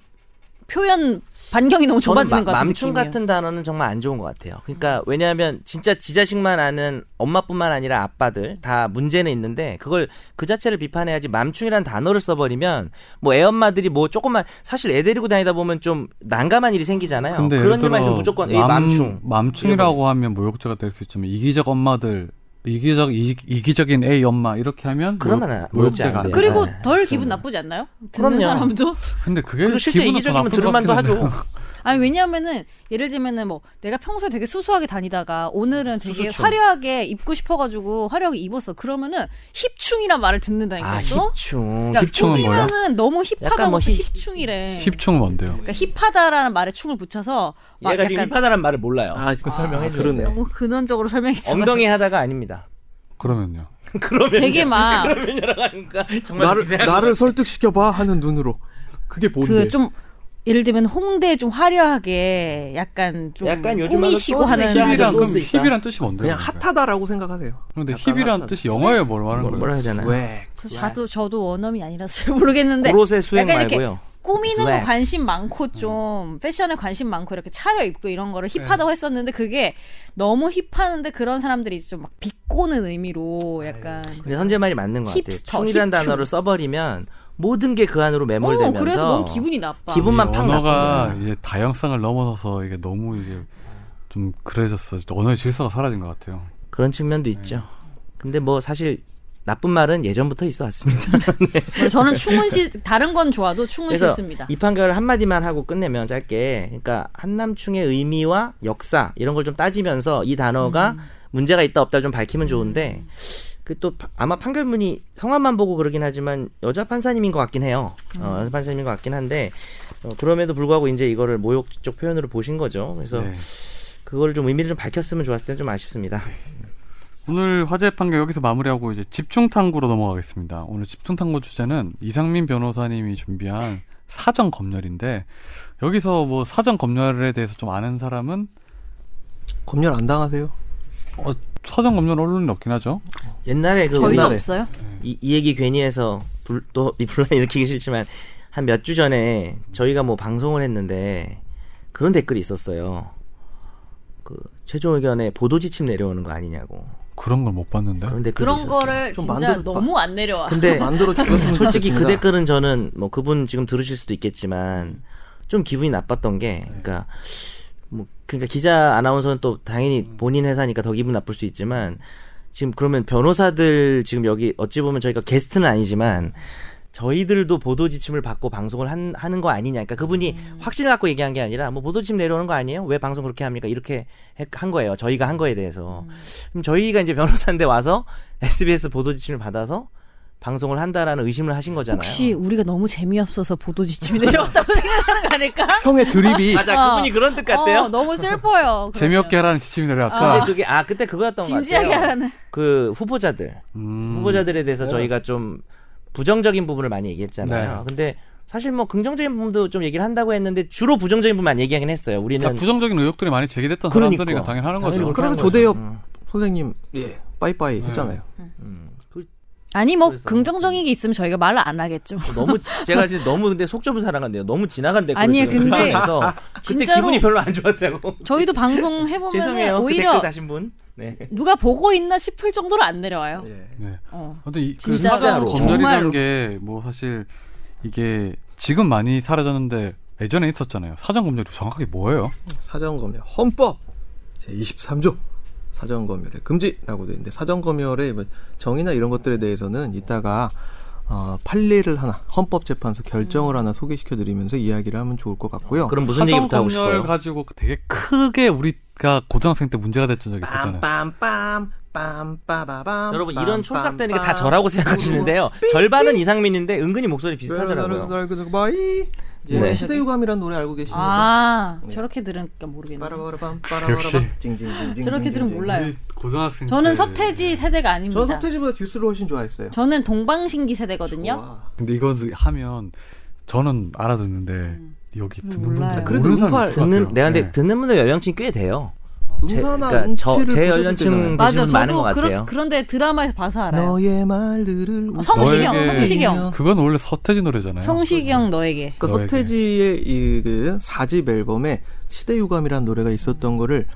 표현 반경이 너무 저는 좁아지는 것 같은 맘충 느낌이에요. 같은 단어는 정말 안 좋은 것 같아요. 그러니까 왜냐하면 진짜 지 자식만 아는 엄마뿐만 아니라 아빠들 다 문제는 있는데 그걸 그 자체를 비판해야지 맘충이라는 단어를 써버리면 뭐 애엄마들이 뭐 조금만 사실 애 데리고 다니다 보면 좀 난감한 일이 생기잖아요. 근데 예를 그런 들어 일만 있으면 무조건 이 맘- 맘충. 맘충이라고 하면 뭐 모욕죄가 될 수 있지만 이기적 엄마들 이기적 이, 이기적인 애 엄마 이렇게 하면 뭐 그러면 안- 모욕죄 안 모욕죄가 안 돼요. 돼요. 그리고 네, 덜 기분 나쁘지 않나요? 듣는 그럼요. 사람도 근데 그게 그리고 실제 기분은 더 이기적이면 나쁜 것 들을만도 같긴 한데요. 하죠. 아니 왜냐하면은 예를 들면은 뭐 내가 평소에 되게 수수하게 다니다가 오늘은 되게 수수충. 화려하게 입고 싶어가지고 화려하게 입었어. 그러면은 힙충이란 말을 듣는다니까 아 또. 어? 힙충. 그러니까 힙충은 뭐야? 꾸미면은 너무 힙하다고 약간 뭐 힙- 힙충이래. 힙충은 뭐 뭔데요? 그러니까 힙하다라는 말에 충을 붙여서 막 얘가 약간 지금 힙하다는 말을 몰라요. 아 지금 설명해 줘야 그러네요. 너무 근원적으로 설명했지만 엉덩이 하다가 아닙니다. 그러면요. 그러면 되게 막 그러면이라고 하니까 정말 나를 미세한 나를 설득시켜 봐 하는 눈으로 그게 뭔데? 그 좀 예를 들면 홍대 좀 화려하게 약간 좀 약간 요즘 꾸미시고 말로 소스 하는 얘기하는 그런- 힙이란, 소스 그럼 있다. 힙이란 뜻이 뭔데요? 그냥 그러니까? 핫하다라고 생각하세요. 근데 약간 힙이란 핫하다. 뜻이 영어에 뭘 말하는 뭐- 거예요? 뭐라 하잖아요. 왜? 그래서 저도 저도 원어민아니라서 잘 모르겠는데 고로세 수행 약간 이렇게 말고요. 음. 꾸미는 거 스웩. 관심 많고 좀 패션에 관심 많고 이렇게 차려입고 이런 거를 네. 힙하다고 했었는데 그게 너무 힙하는데 그런 사람들이 이제 좀막 비꼬는 의미로 약간 근데 선재 말이 맞는 것 같아요. 힙스터, 충이라는 힙충. 단어를 써버리면 모든 게 그 안으로 어 매몰되면서 그래서 너무 기분이 나빠. 기분- 기분만 이 팍 언어가 나쁜 이제 다양성을 넘어서서 이게 너무 이게 좀 그래졌어. 언어의 질서가 사라진 것 같아요. 그런 측면도 있죠. 근데 뭐 사실 나쁜 말은 예전부터 있어 왔습니다. 저는 충은 실 다른 건 좋아도 충은 그래서 싫습니다. 이 판결을 한마디만 하고 끝내면 짧게 그러니까 한남충의 의미와 역사 이런 걸 좀 따지면서 이 단어가 음. 문제가 있다 없다를 좀 밝히면 좋은데 그 또 아마 판결문이 성함만 보고 그러긴 하지만 여자 판사님인 것 같긴 해요. 어, 음. 여자 판사님인 것 같긴 한데 어, 그럼에도 불구하고 이제 이거를 모욕적 표현으로 보신 거죠. 그래서 네. 그거를 좀 의미를 좀 밝혔으면 좋았을 텐데 좀 아쉽습니다. 오늘 화재 판결 여기서 마무리하고 이제 집중 탐구로 넘어가겠습니다. 오늘 집중 탐구 주제는 이상민 변호사님이 준비한 사전 검열인데 여기서 뭐 사전 검열에 대해서 좀 아는 사람은 검열 안 당하세요? 어, 사전 검열 언론이 없긴 하죠. 옛날에 그 저희는 우리 옛날에. 없어요. 이, 이 얘기 괜히 해서 불, 또 이 분란 일으키기 싫지만 한 몇 주 전에 저희가 뭐 방송을 했는데 그런 댓글이 있었어요. 그 최종 의견에 보도 지침 내려오는 거 아니냐고 그런 걸 못 봤는데. 그런 댓글이 그런 있었어요. 거를 좀 진짜 만들었다. 너무 안 내려와. 근데 만들어 주셨으면 솔직히 그 좋겠습니다. 댓글은 저는 뭐 그분 지금 들으실 수도 있겠지만 좀 기분이 나빴던 게 그러니까 뭐 그러니까 기자 아나운서는 또 당연히 본인 회사니까 더 기분 나쁠 수 있지만 지금 그러면 변호사들 지금 여기 어찌 보면 저희가 게스트는 아니지만 저희들도 보도 지침을 받고 방송을 한, 하는 거 아니냐. 그러니까 그분이 음. 확신을 갖고 얘기한 게 아니라 뭐 보도 지침 내려오는 거 아니에요? 왜 방송 그렇게 합니까? 이렇게 했- 한 거예요. 저희가 한 거에 음. 대해서. 그럼 저희가 이제 변호사인데 와서 SBS 보도 지침을 받아서 방송을 한다라는 의심을 하신 거잖아요. 혹시 우리가 너무 재미없어서 보도 지침이 내려왔다고 생각하는 거 아닐까? 형의 드립이 맞아. 그분이 그런 뜻 같대요. 어, 너무 슬퍼요. 그러면. 재미없게 하라는 지침이 내려왔다. 근데 그게 아 그때 그거였던 것 어, 진지하게 같아요. 하라는. 그 후보자들 음, 후보자들에 대해서 저희가 좀 부정적인 부분을 많이 얘기했잖아요. 네. 근데 사실 뭐 긍정적인 부분도 좀 얘기를 한다고 했는데 주로 부정적인 부분만 얘기하긴 했어요. 우리는 그러니까 부정적인 의혹들이 많이 제기됐던 그러니까. 사람들이니까 당연히 하는 당연히 거죠. 그렇게 그래서 하는 거죠. 조대엽 음. 선생님 예 빠이빠이 했잖아요. 음. 그 아니 뭐 그래서. 긍정적인 게 있으면 저희가 말을 안 하겠죠. 너무 지- 제가 지금 너무 근데 속 좁은 사랑한데요. 너무 지나간 댓글을 아니에요, 지금 근데 읽으면서 그때 진짜로. 기분이 별로 안 좋았다고. 저희도 방송 해보면 죄송해요. 그 오히려 댓글 다신 분. 네. 누가 보고 있나 싶을 정도로 안 내려와요. 예. 네. 어. 근데 이, 그 진짜로. 사전 검열이라는 정말로. 게 뭐 사실 이게 지금 많이 사라졌는데 예전에 있었잖아요. 사전 검열이 정확하게 뭐예요? 사전 검열 헌법 제 23조 사전 검열의 금지라고 돼 있는데 사전 검열의 뭐 정의나 이런 것들에 대해서는 이따가 어, 판례를 하나 헌법재판소 결정을 하나 소개시켜 드리면서 이야기를 하면 좋을 것 같고요. 그럼 무슨 사전 얘기부터 하고 검열 싶어요? 가지고 되게 크게 우리가 고등학생 때 문제가 됐던 적이 있었잖아요. 빰빰빰 빰빠바밤 음, 여러분 이런 촐싹대는 게 다 저라고 생각하시는데요. 절반은 이상민인데 은근히 목소리 비슷하더라고요. 바이 이제 네. 음, 시대유감이란 노래 알고 계십니까? 아 저렇게 들으니까 모르겠네. 요 네. 빠라바라밤 빠라바라밤 역시. 징징징징 저렇게 들으면 징징징. 몰라요. 고등학생 그 저는 서태지 세대가 아닙니다. 저는 서태지보다 듀스를 훨씬 좋아했어요. 저는 동방신기 세대거든요. 좋아. 근데 이건 하면 저는 알아듣는데 여기 듣는 음. 몰라요. 분들 아, 그래도 음파 듣는 내가 네. 네. 근데 듣는 분들 연령층이 꽤 돼요. 제- 응사나 그러니까 저- 음치를 제 보셨을 연령층 때잖아요. 맞아, 되시는 분 많은 저도 것 그런 같아요. 그런데 드라마에서 봐서 알아요. 너의 말들을 웃어 성시경, 너에게- 성시경, 그건 원래 서태지 노래잖아요. 성시경 너에게. 그러니까 너에게. 서태지의 이그 4집 앨범에 시대유감이라는 노래가 있었던 거를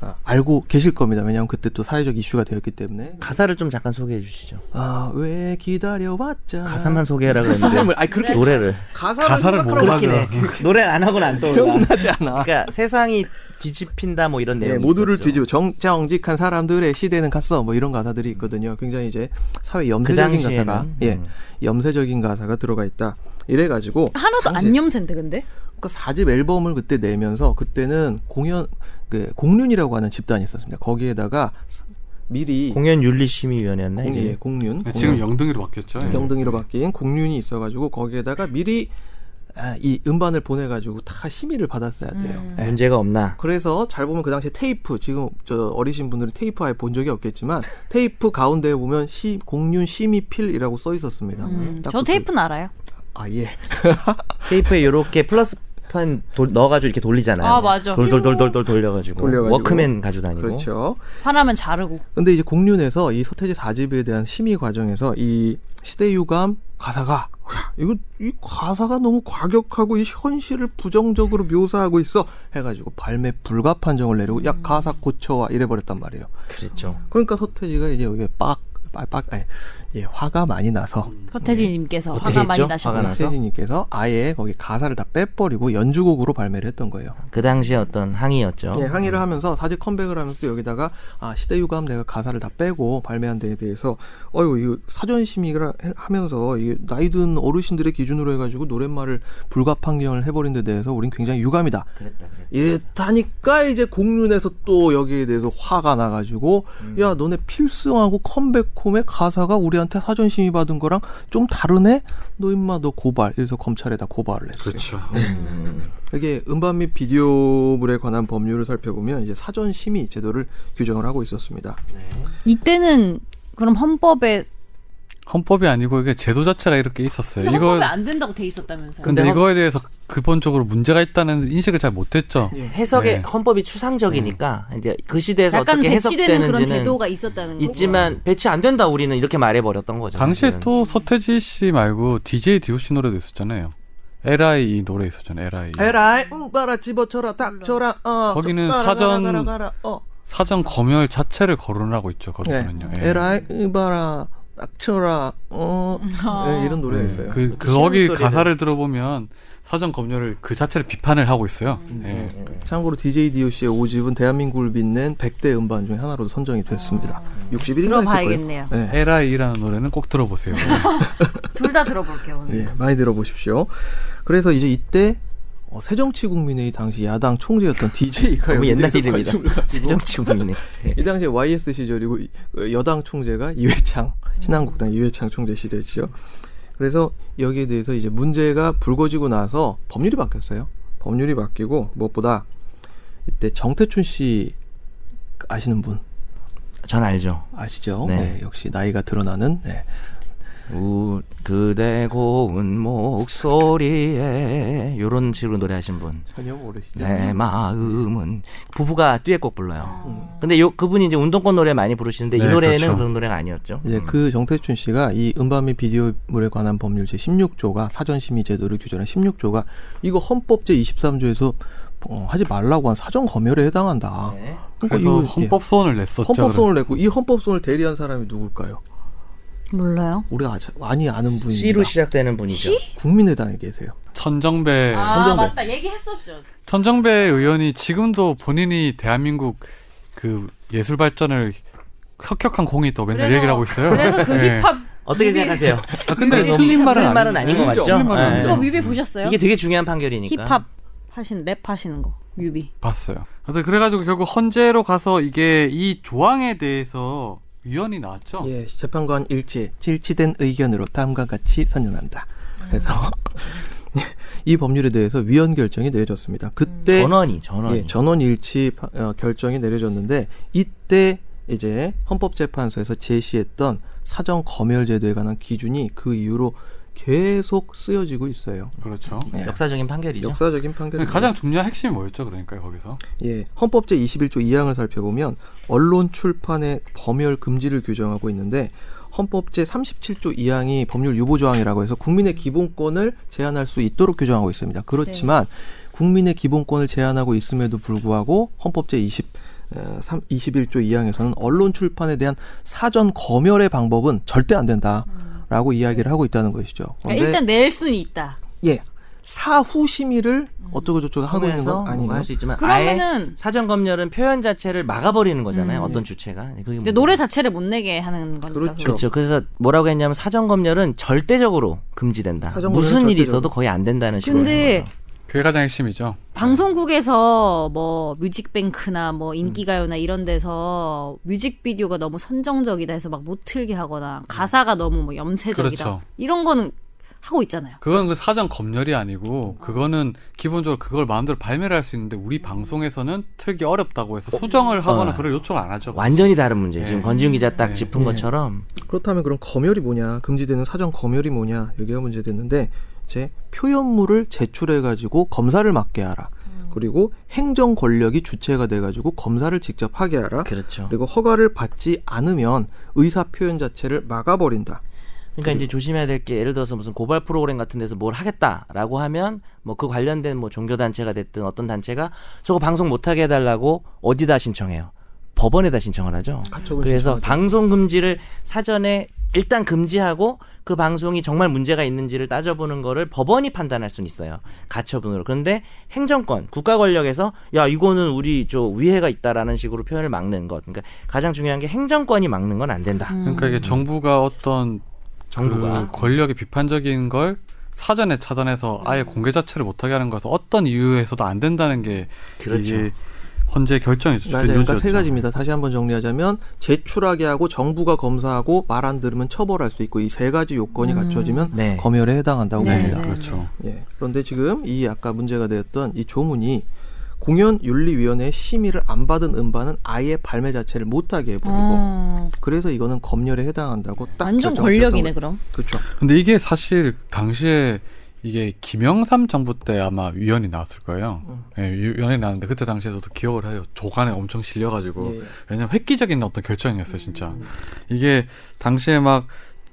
아, 알고 계실 겁니다. 왜냐하면 그때 또 사회적 이슈가 되었기 때문에 가사를 좀 잠깐 소개해 주시죠. 아 왜 기다려왔자 가사만 소개하라 그랬는데 가사를 아니 그렇게 노래를 가사를, 가사를 생각하라고 몰라. 그렇긴 해. 노래 안 하고는 안 떠올라. 하지 않아. 그러니까 세상이 뒤집힌다 뭐 이런 예, 내용. 모두를 뒤집어 정, 정직한 사람들의 시대는 갔어 뭐 이런 가사들이 있거든요. 굉장히 이제 사회 그 염세적인 당시에는 가사가 예 음. 염세적인 가사가 들어가 있다. 이래 가지고 하나도 안 당시- 염센데 근데 그러니까 4집 앨범을 그때 내면서 그때는 공연 그 공륜이라고 하는 집단이 있었습니다. 거기에다가 미리 공연 윤리 심의위원회였나 공- 예, 이게? 공륜 네, 지금 공연. 영등이로 바뀌었죠. 예. 영등이로 바뀐 공륜이 있어가지고 거기에다가 미리 아, 이 음반을 보내가지고 다 심의를 받았어야 돼요. 음. 예. 네. 문제가 없나? 그래서 잘 보면 그 당시에 테이프 지금 저 어리신 분들은 테이프 아예 본 적이 없겠지만 테이프 가운데 보면 시, 공륜 심의 필이라고 써 있었습니다. 음, 네. 딱 저 붙어- 테이프는 알아요. 아 예. 테이프에 요렇게 플러스판 돌- 넣어가지고 이렇게 돌리잖아요. 아, 맞아. 돌돌돌돌돌 돌려가지고. 돌려가지고. 워크맨 가지고 다니고. 그렇죠. 화나면 자르고. 근데 이제 공륜에서 이 서태지 4집에 대한 심의 과정에서 이 시대 유감 가사가 이거 이 가사가 너무 과격하고 이 현실을 부정적으로 묘사하고 있어 해가지고 발매 불가 판정을 내리고 야 가사 고쳐와 이래 버렸단 말이에요. 그랬죠. 그러니까 서태지가 이제 여기에 빡, 빡, 빡 아니, 예, 화가 많이 나서 음. 서태지님께서 어떻게 화가 많이 했죠? 나셨고. 화가 나- 나서? 서태지님께서 아예 거기 가사를 다 빼버리고 연주곡으로 발매를 했던 거예요. 그 당시에 어떤 항의였죠. 네. 음. 예, 항의를 하면서 사직 컴백을 하면서 또 여기다가 아 시대 유감 내가 가사를 다 빼고 발매한 데에 대해서 어유 이거 사전 심의를 하- 하면서 이 나이 든 어르신들의 기준으로 해가지고 노랫말을 불가 판결을 해버린 데 대해서 우린 굉장히 유감이다. 그랬다, 그랬다. 이랬다니까 이제 공륜에서 또 여기에 대해서 화가 나가지고 음. 야 너네 필승하고 컴백홈의 가사가 우리한테 사전 심의 받은 거랑 좀 다르네? 너 임마 너 고발. 이래서 검찰에다 고발을 했어요. 그렇죠. 이게 음반 및 비디오물에 관한 법률을 살펴보면 이제 사전 심의 제도를 규정을 하고 있었습니다. 이때는 그럼 헌법에 헌법이 아니고 이게 제도 자체가 이렇게 있었어요. 근데 이거 헌법에 안 된다고 돼 있었다면서요. 근데 근데 헌- 이거에 대해서 기본적으로 문제가 있다는 인식을 잘 못했죠. 예. 해석의 네. 헌법이 추상적이니까 네. 이제 그 시대에서 약간 어떻게 배치되는 그런 해석되는지는 제도가 있었다는 거. 있지만 배치 안 된다 우리는 이렇게 말해버렸던 거죠. 당시에 사실은. 또 서태지 씨 말고 DJ DOC 노래도 있었잖아요. LI 이 노래 있었잖아요. LI. 에라이 웅바라 집어쳐라 닥쳐라 어 거기는 좀 따라, 사전- 가라, 가라, 가라, 어 사전 검열 자체를 거론하고 있죠. 예. 거기서는요. 예. 에라이 웅바라 닥쳐라 어 예, 이런 노래가 예. 있어요. 그, 그 그 거기 시험 소리를- 가사를 들어보면 사전 검열을 그 자체를 비판을 하고 있어요. 음, 네. 예. 참고로 DJ DOC의 5집은 대한민국을 빛낸 100대 음반 중에 하나로 선정이 됐습니다. 61인가 했을 거예요. 들어봐야겠네요. 예. LI라는 노래는 꼭 들어보세요. 둘 다 들어볼게요 네. 오늘. 예, 많이 들어보십시오. 그래서 이제 이때 어, 새정치국민회의 당시 야당 총재였던 DJ가 너무 옛날 이름이다. 세정치국민이. 네. 이 당시에 YS 시절이고 이- 어, 여당 총재가 이회창 신한국당 이회창 총재 시절이죠. 그래서 여기에 대해서 이제 문제가 불거지고 나서 법률이 바뀌었어요. 법률이 바뀌고 무엇보다 이때 정태춘 씨 아시는 분 전 알죠. 아시죠? 네. 네, 역시 나이가 드러나는 네. 우 그대 고운 목소리에 요런 식으로 노래하신 분. 전혀 모르시죠? 내 네, 마음은 부부가 듀엣곡 불러요. 음. 근데 요 그분이 이제 운동권 노래 많이 부르시는데 이 네, 노래는 그렇죠. 그런 노래가 아니었죠. 이제 그 정태춘 씨가 이 음반 및 비디오물에 관한 법률 제 16조가 사전 심의 제도를 규정한 16조가 이거 헌법 제 23조에서 어, 하지 말라고 한 사전 검열에 해당한다. 네. 그러니까 그래서 이거, 예. 헌법 소원을 냈었죠. 헌법소원을 냈고 이 헌법소원을 대리한 사람이 누굴까요? 몰라요. 우리가 아주 많이 아는 분입니다. C로 시작되는 분이죠. 국민의당에 계세요. 천정배 아 선정배. 맞다 얘기했었죠. 천정배 의원이 지금도 본인이 대한민국 그 예술 발전을 혁혁한 공이 있다고 맨날 그래서- 얘기를 하고 있어요. 그래서 그 예. 힙합 어떻게 생각하세요? 아, 근데 그게 틀린 진짜 말은, 틀린 말은 아닌 것 아니죠. 같죠? 틀린 말은 네. 아니죠. 그거 뮤비 보셨어요? 이게 되게 중요한 판결이니까. 힙합 하신 랩 하시는 거 뮤비. 봤어요. 하여튼 그래가지고 결국 헌재로 가서 이게 이 조항에 대해서 위헌이 나왔죠. 어. 예, 재판관 일치, 일치된 의견으로 다음과 같이 선언한다. 그래서 음. 이 법률에 대해서 위헌 결정이 내려졌습니다. 그때 전원이 전원이. 네. 예, 전원 일치 파- 어, 결정이 내려졌는데 이때 이제 헌법재판소에서 제시했던 사전 검열 제도에 관한 기준이 그 이후로 계속 쓰여지고 있어요. 그렇죠. 예. 역사적인 판결이죠. 역사적인 판결. 가장 중요한 핵심이 뭐였죠, 그러니까 거기서 예, 헌법 제 21조 2항을 살펴보면 언론 출판의 범열 금지를 규정하고 있는데 헌법 제 37조 2항이 법률 유보 조항이라고 해서 국민의 기본권을 제한할 수 있도록 규정하고 있습니다. 네. 그렇지만 국민의 기본권을 제한하고 있음에도 불구하고 헌법 제 어, 20, 21조 2항에서는 언론 출판에 대한 사전 검열의 음. 방법은 절대 안 된다라고 이야기를 하고 있다는 것이죠. 그러니까 그러니까 일단 낼 수는 있다. 예. 사후 심의를 어쩌고 저쩌고 하고 있는 하면서 건 아니에요. 음. 할 수 있지만 아예 그러면은- 사전 검열은 표현 자체를 막아버리는 거잖아요. 음. 어떤 주체가 네, 그게 근데 노래 자체를 못 내게 하는 거니까. 그렇죠. 그거. 그렇죠. 그래서 뭐라고 했냐면 사전 검열은 절대적으로 금지된다. 사전 검열은 무슨 일이 절대적으로. 있어도 거의 안 된다는 식으로. 하는 근데 거죠. 그게 가장 핵심이죠. 방송국에서 뭐 뮤직뱅크나 뭐 인기가요나 이런 데서 뮤직비디오가 너무 선정적이다 해서 막 못 틀게 하거나 가사가 너무 뭐 염세적이다 그렇죠. 이런 거는 하고 있잖아요. 그건 그 사전 검열이 아니고 그거는 기본적으로 그걸 마음대로 발매를 할 수 있는데 우리 방송에서는 틀기 어렵다고 해서 수정을 하거나 어. 그걸 요청을 안 하죠. 완전히 다른 문제. 지금 네. 권지훈 기자 딱 짚은 네. 것처럼 그렇다면 그럼 검열이 뭐냐 금지되는 사전 검열이 뭐냐 여기가 문제됐는데 제 표현물을 제출해 가지고 검사를 맡게 하라 그리고 행정 권력이 주체가 돼 가지고 검사를 직접 하게 하라 그렇죠. 그리고 허가를 받지 않으면 의사 표현 자체를 막아버린다 그러니까 음. 이제 조심해야 될 게 예를 들어서 무슨 고발 프로그램 같은 데서 뭘 하겠다라고 하면 뭐 그 관련된 뭐 종교 단체가 됐든 어떤 단체가 저거 방송 못 하게 해달라고 어디다 신청해요? 법원에다 신청을 하죠. 가처분 그래서 신청하죠. 방송 금지를 사전에 일단 금지하고 그 방송이 정말 문제가 있는지를 따져보는 거를 법원이 판단할 수는 있어요. 가처분으로. 그런데 행정권, 국가 권력에서 야 이거는 우리 저 위해가 있다라는 식으로 표현을 막는 것. 그러니까 가장 중요한 게 행정권이 막는 건 안 된다. 그러니까 이게 정부가 어떤 정부가. 그 권력의 비판적인 걸 사전에 차단해서 아예 공개 자체를 못하게 하는 거라서 어떤 이유에서도 안 된다는 게 그렇죠. 이게 헌재 결정이 주된 맞아요. 그러니까 세 요지였죠. 가지입니다. 다시 한번 정리하자면 제출하게 하고 정부가 검사하고 말 안 들으면 처벌할 수 있고 이 세 가지 요건이 갖춰지면 네. 검열에 해당한다고 네, 봅니다. 네. 그렇죠. 예. 그런데 지금 이 아까 문제가 되었던 이 조문이 공연윤리위원회의 심의를 안 받은 음반은 아예 발매 자체를 못하게 해버리고 어, 그래서 이거는 검열에 해당한다고 딱 완전 결정을 지었다고 권력이네 봐요. 그럼. 그렇죠. 근데 이게 사실 당시에 이게 김영삼 정부 때 아마 위원이 나왔을 거예요. 예, 위원이 나왔는데 그때 당시에 저도 기억을 해요. 조간에 엄청 실려가지고 예. 왜냐면 획기적인 어떤 결정이었어요, 진짜. 이게 당시에 막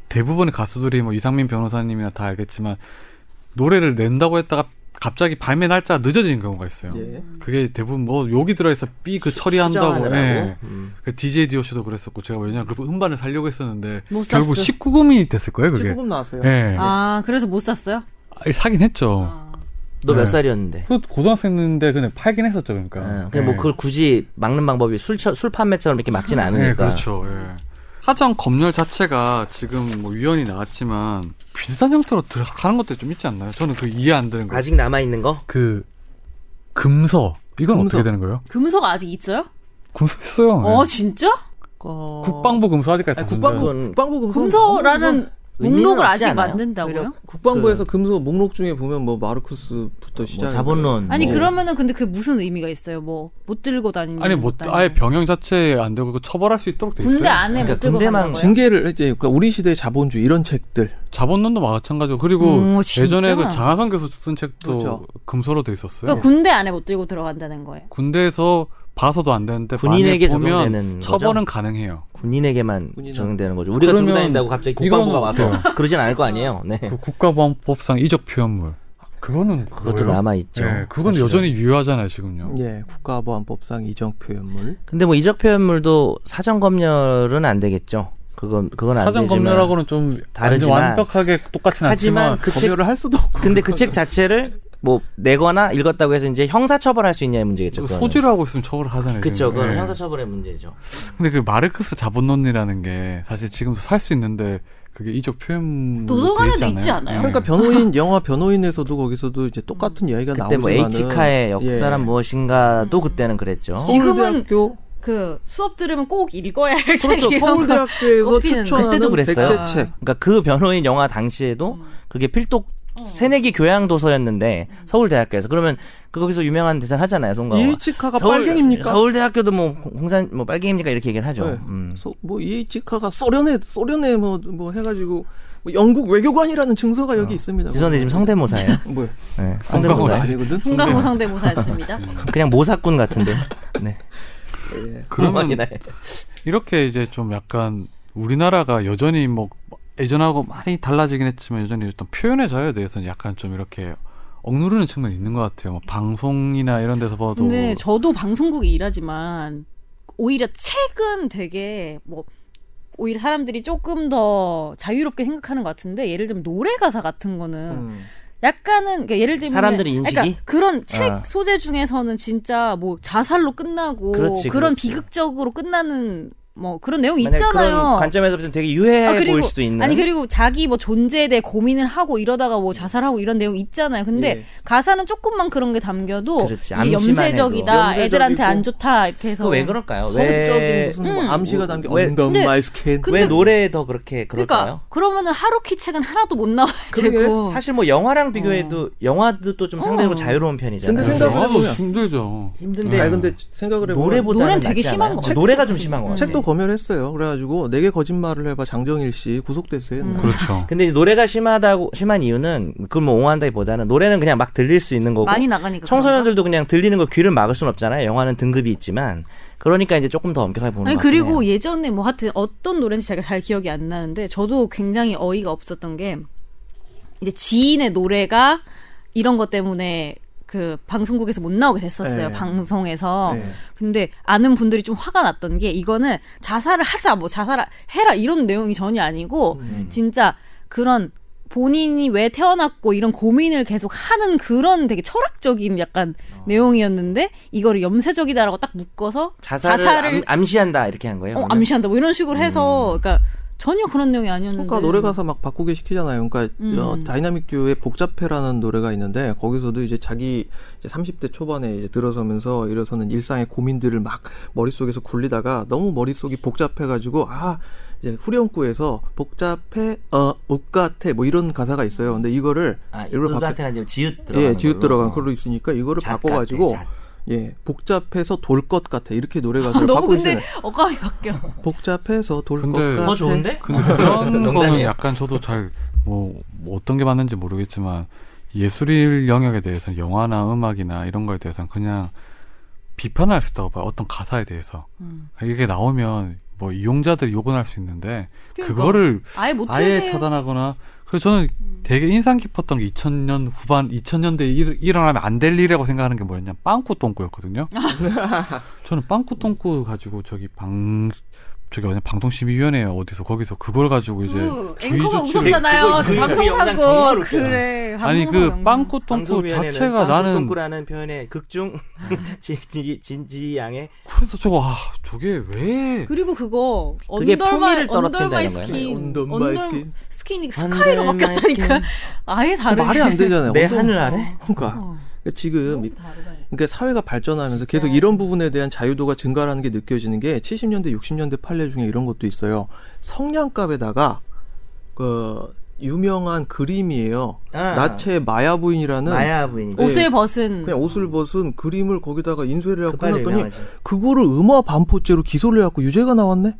대부분의 가수들이 뭐 이상민 변호사님이나 다 알겠지만 노래를 낸다고 했다가 갑자기 발매 날짜가 늦어지는 경우가 있어요. 예. 그게 대부분 뭐 욕이 들어있어 삐 그 처리한다고. 예. 그 DJ 디오씨도 그랬었고 제가 왜냐 그 음반을 살려고 했었는데 못 결국 샀어. 19금이 됐을 거예요, 그게. 19금 나왔어요. 네. 예. 아 그래서 못 샀어요? 아니, 사긴 했죠. 아. 너 음. 몇 네. 살이었는데? 그 고등학생인데 근데 팔긴 했었죠, 그러니까. 예, 근데 뭐 예. 그걸 굳이 막는 방법이 술, 처- 술 판매처럼 이렇게 막진 않으니까. 예, 그렇죠. 예. 하장 검열 자체가 지금 뭐 위원이 나왔지만 비슷한 형태로 들어가는 것도 좀 있지 않나요? 저는 그 이해 안 되는 거예요. 아직 남아 있는 거? 그 금서 이건 금서. 어떻게 되는 거예요? 금소가 아직 있어요? 금서 있어요. 어 네. 예. 진짜? 어, 국방부 금서 아직까지 아니, 다 있는데. 국방부 건- 국방부 금서 금소라는 의미는 목록을 없지 아직 않아요? 만든다고요? 국방부에서 금소 목록 중에 보면 뭐 마르쿠스부터 뭐 시작 자본론. 아니 뭐 그러면은 근데 그게 무슨 의미가 있어요? 뭐 못 들고 다니는 아니 뭐 것도 아니고. 아예 병영 자체에 안 되고 그 처벌할 수 있도록 돼 있어요. 군대 안에 그러니까 못 들고 군대만 가는 거예요? 징계를 이제 그러니까 우리 시대 자본주의 이런 책들 자본론도 마찬가지고 그리고 오, 음, 뭐 진짜? 예전에 그 장하성 교수 쓴 책도 그렇죠. 금서로 돼 있었어요. 그러니까 군대 안에 못 들고 들어간다는 거예요. 군대에서 봐서도 안 되는데 만약에 군인에게 보면 적용되는 거죠? 처벌은 가능해요. 군인에게만 군인은- 적용되는 거죠. 우리가 들고 그러면 다닌다고 갑자기 이거는 네. 국방부가 와서 어때요? 그러진 않을 거 아니에요. 네. 그 국가보안법상 이적 표현물 그거는 그것도 남아 있죠. 음, 예, 그건 여전히 유효하잖아요 지금요. 예 국가보안법상 이정 표현물 근데 뭐 이적 표현물도 사전 검열은 안 되겠죠. 그건 그건 안 사전 되지만. 검열하고는 좀 다르지만- 완전 완벽하게 똑같진 하지만 않지만 그 책, 검열을 할 수도 없고 근데 그 책 자체를 뭐 내거나 읽었다고 해서 이제 형사 처벌할 수 있냐의 문제겠죠. 그 그거는. 소지를 하고 있으면 처벌을 하잖아요. 그쵸. 지금. 그건 예. 형사 처벌의 문제죠. 근데 그 마르크스 자본론이라는 게 사실 지금도 살 수 있는데 그게 이적 표현 도서관에도 있지 네. 않아요? 그러니까 변호인 영화 변호인에서도 거기서도 이제 똑같은 이야기가 그때 나오지만은 뭐 H카의 역사란 뭐 예. 무엇인가도 그때는 그랬죠. 지- 지금은- 서울대학교 그 수업 들으면 꼭 읽어야 할 그렇죠 책이라고. 서울대학교에서 꼽히는- 추천하는 그때도 그랬어요. 백대책 그러니까 그 변호인 영화 당시에도 음. 그게 필독 어. 새내기 교양 도서였는데 서울대학교에서 그러면 그 거기서 유명한 대사 하잖아요, 송강호. 이해치카가 빨갱입니까? 뭐 서울대학교도 뭐 공산 뭐 빨갱입니까 이렇게 얘기를 하죠. 네. 음. 소, 뭐 이해치카가 소련에 소련에 뭐 뭐 해가지고 뭐 영국 외교관이라는 증서가 여기 있습니다. 어. 죄송한데 지금 성대모사예요. 뭐 네, 성대모사. 성대모사. 아니거든. 송강호 상대모사였습니다. 그냥 모사꾼 같은데. 네. 예. 그러면 음악이나 해. 이렇게 이제 좀 약간 우리나라가 여전히 뭐 예전하고 많이 달라지긴 했지만 여전히 어떤 표현의 자유에 대해서는 약간 좀 이렇게 억누르는 측면이 있는 것 같아요. 뭐 방송이나 이런 데서 봐도 근데 네, 저도 방송국에 일하지만 오히려 책은 되게 뭐 오히려 사람들이 조금 더 자유롭게 생각하는 것 같은데 예를 들면 노래 가사 같은 거는 약간은 그러니까 예를 들면 음. 사람들의 인식이? 그러니까 그런 책 아. 소재 중에서는 진짜 뭐 자살로 끝나고 그렇지, 런 그렇지. 비극적으로 끝나는 뭐 그런 내용이 만약에 있잖아요. 그런 관점에서 보면 되게 유해해 아, 그리고- 예, 보일 수도 있는. 아니 그리고 자기 뭐 존재에 대해 고민을 하고 이러다가 뭐 자살하고 이런 내용 있잖아요. 근데 예. 가사는 조금만 그런 게 담겨도 그렇지, 이게 암시만 해도. 염세적이다, 애들한테 염세적이고. 안 좋다 이렇게 해서 그거 왜 그럴까요? 서극적인 왜, 무슨 뭐 음. 암시가 담긴 왜- 언덤 근데- 마이 스캔 그- 왜 근데- 노래에 더 그렇게 그럴까요? 그러니까 그러면은 하루키 책은 하나도 못 나와야 그러게. 되고 사실 뭐 영화랑 비교해도 영화도 또 좀 상대적으로 어. 자유로운 편이잖아요. 근데 생각을 음. 영화도 해보면- 뭐 힘들죠. 힘든데 아니 근데 생각을 해보면 네. 노래보다는 노래는 되게 낫지 심한 않아요? 것 저 같아요. 노래가 좀 심한 것 같아요. 책도 검열했어요. 그래가지고 내게 거짓말을 해봐 장정일 씨 구속됐어요. 옛날에. 그렇죠. 근데 이제 노래가 심하다고 심한 이유는 그걸 뭐 옹호한다기보다는 노래는 그냥 막 들릴 수 있는 거고 많이 나가니까 뭐 청소년들도 그냥 들리는 걸 귀를 막을 순 없잖아요. 영화는 등급이 있지만 그러니까 이제 조금 더 엄격하게 보는 아니 것 같긴 그리고 해요. 예전에 뭐 하여튼 어떤 노래인지 제가 잘 기억이 안 나는데 저도 굉장히 어이가 없었던 게 이제 지인의 노래가 이런 것 때문에 그 방송국에서 못 나오게 됐었어요 네. 방송에서 네. 근데 아는 분들이 좀 화가 났던 게 이거는 자살을 하자 뭐 자살 해라 이런 내용이 전혀 아니고 진짜 그런 본인이 왜 태어났고 이런 고민을 계속 하는 그런 되게 철학적인 약간 내용이었는데 이거를 염세적이다라고 딱 묶어서 자살을, 암, 시한다 이렇게 한 거예요. 어, 그러면? 암시한다 뭐 이런 식으로 해서 그러니까 전혀 그런 내용이 아니었는데 음, 네. 그러니까 노래 가사 막 바꾸게 시키잖아요. 그러니까 어, 다이나믹 듀오의 복잡해라는 노래가 있는데 거기서도 이제 자기 이제 30대 초반에 이제 들어서면서 이래서는 일상의 고민들을 막 머릿속에서 굴리다가 너무 머릿속이 복잡해가지고 아 이제 후렴구에서 복잡해 어 옷같아 뭐 이런 가사가 있어요. 근데 이거를 아, 일부러 이거 바꿔- 같은 한 지읒 들어간 예 지읒 들어간 걸로. 걸로 있으니까 이거를 잣 바꿔가지고 같아, 잣. 예 복잡해서 돌 것 같아 이렇게 노래 가사를 너무 바꾸시는 근데 어감이 바뀌어 복잡해서 돌 것 근데 같아 더 좋은데? 근데 그런 거는 농담이에요. 약간 저도 잘, 뭐, 뭐 어떤 게 맞는지 모르겠지만, 예술 영역에 대해서는 영화나 음악이나 이런 거에 대해서는 그냥 비판할 수 있다고 봐요. 어떤 가사에 대해서. 음. 그러니까 이게 나오면 뭐 이용자들이 욕은 할 수 있는데, 그러니까. 그거를 아예 못 아예 틀게. 차단하거나, 그래서 저는 되게 인상 깊었던 게 2000년 후반, 2000년대에 일, 일어나면 안 될 일이라고 생각하는 게 뭐였냐. 빵꾸똥꾸였거든요. 저는 빵꾸똥꾸 가지고 저기 방, 저기 어디 방송심의위원회 어디서 거기서 그걸 가지고 이제 그 주의 앵커가 조치를- 웃었잖아요 그거- 그거- 그 영상 정말 방송사고 웃겨요. 그래 아니 그 방송사고 빵꾸똥꾸 방송위원회는 그 자체가 나는 빵꾸똥꾸라는 표현의 극중 진지 진지 양의 그래서 저거 아 저게 왜 그리고 그거 그게 언더마이 품위를 떨어뜨린다는 언더마이 거예요. 스킨 언더마이 스킨. 스킨이 언더마이 스카이로 바뀌었다니까 스킨. 아예 다르게 뭐 말이 안 되잖아요. 내 운동- 하늘 아래 그러니까 어. 그러니까 지금 이- 다르다. 그러니까 사회가 발전하면서 계속 네. 이런 부분에 대한 자유도가 증가라는 게 느껴지는 게 70년대, 60년대 판례 중에 이런 것도 있어요. 성냥갑에다가 그 유명한 그림이에요. 아. 나체 마야 부인이라는 마야 부인이 네. 옷을 벗은 그냥 옷을 벗은 그림을 거기다가 인쇄를 하고 급하게 끝났더니 유명하지. 그거를 음화 반포죄로 기소를 해갖고 유죄가 나왔네.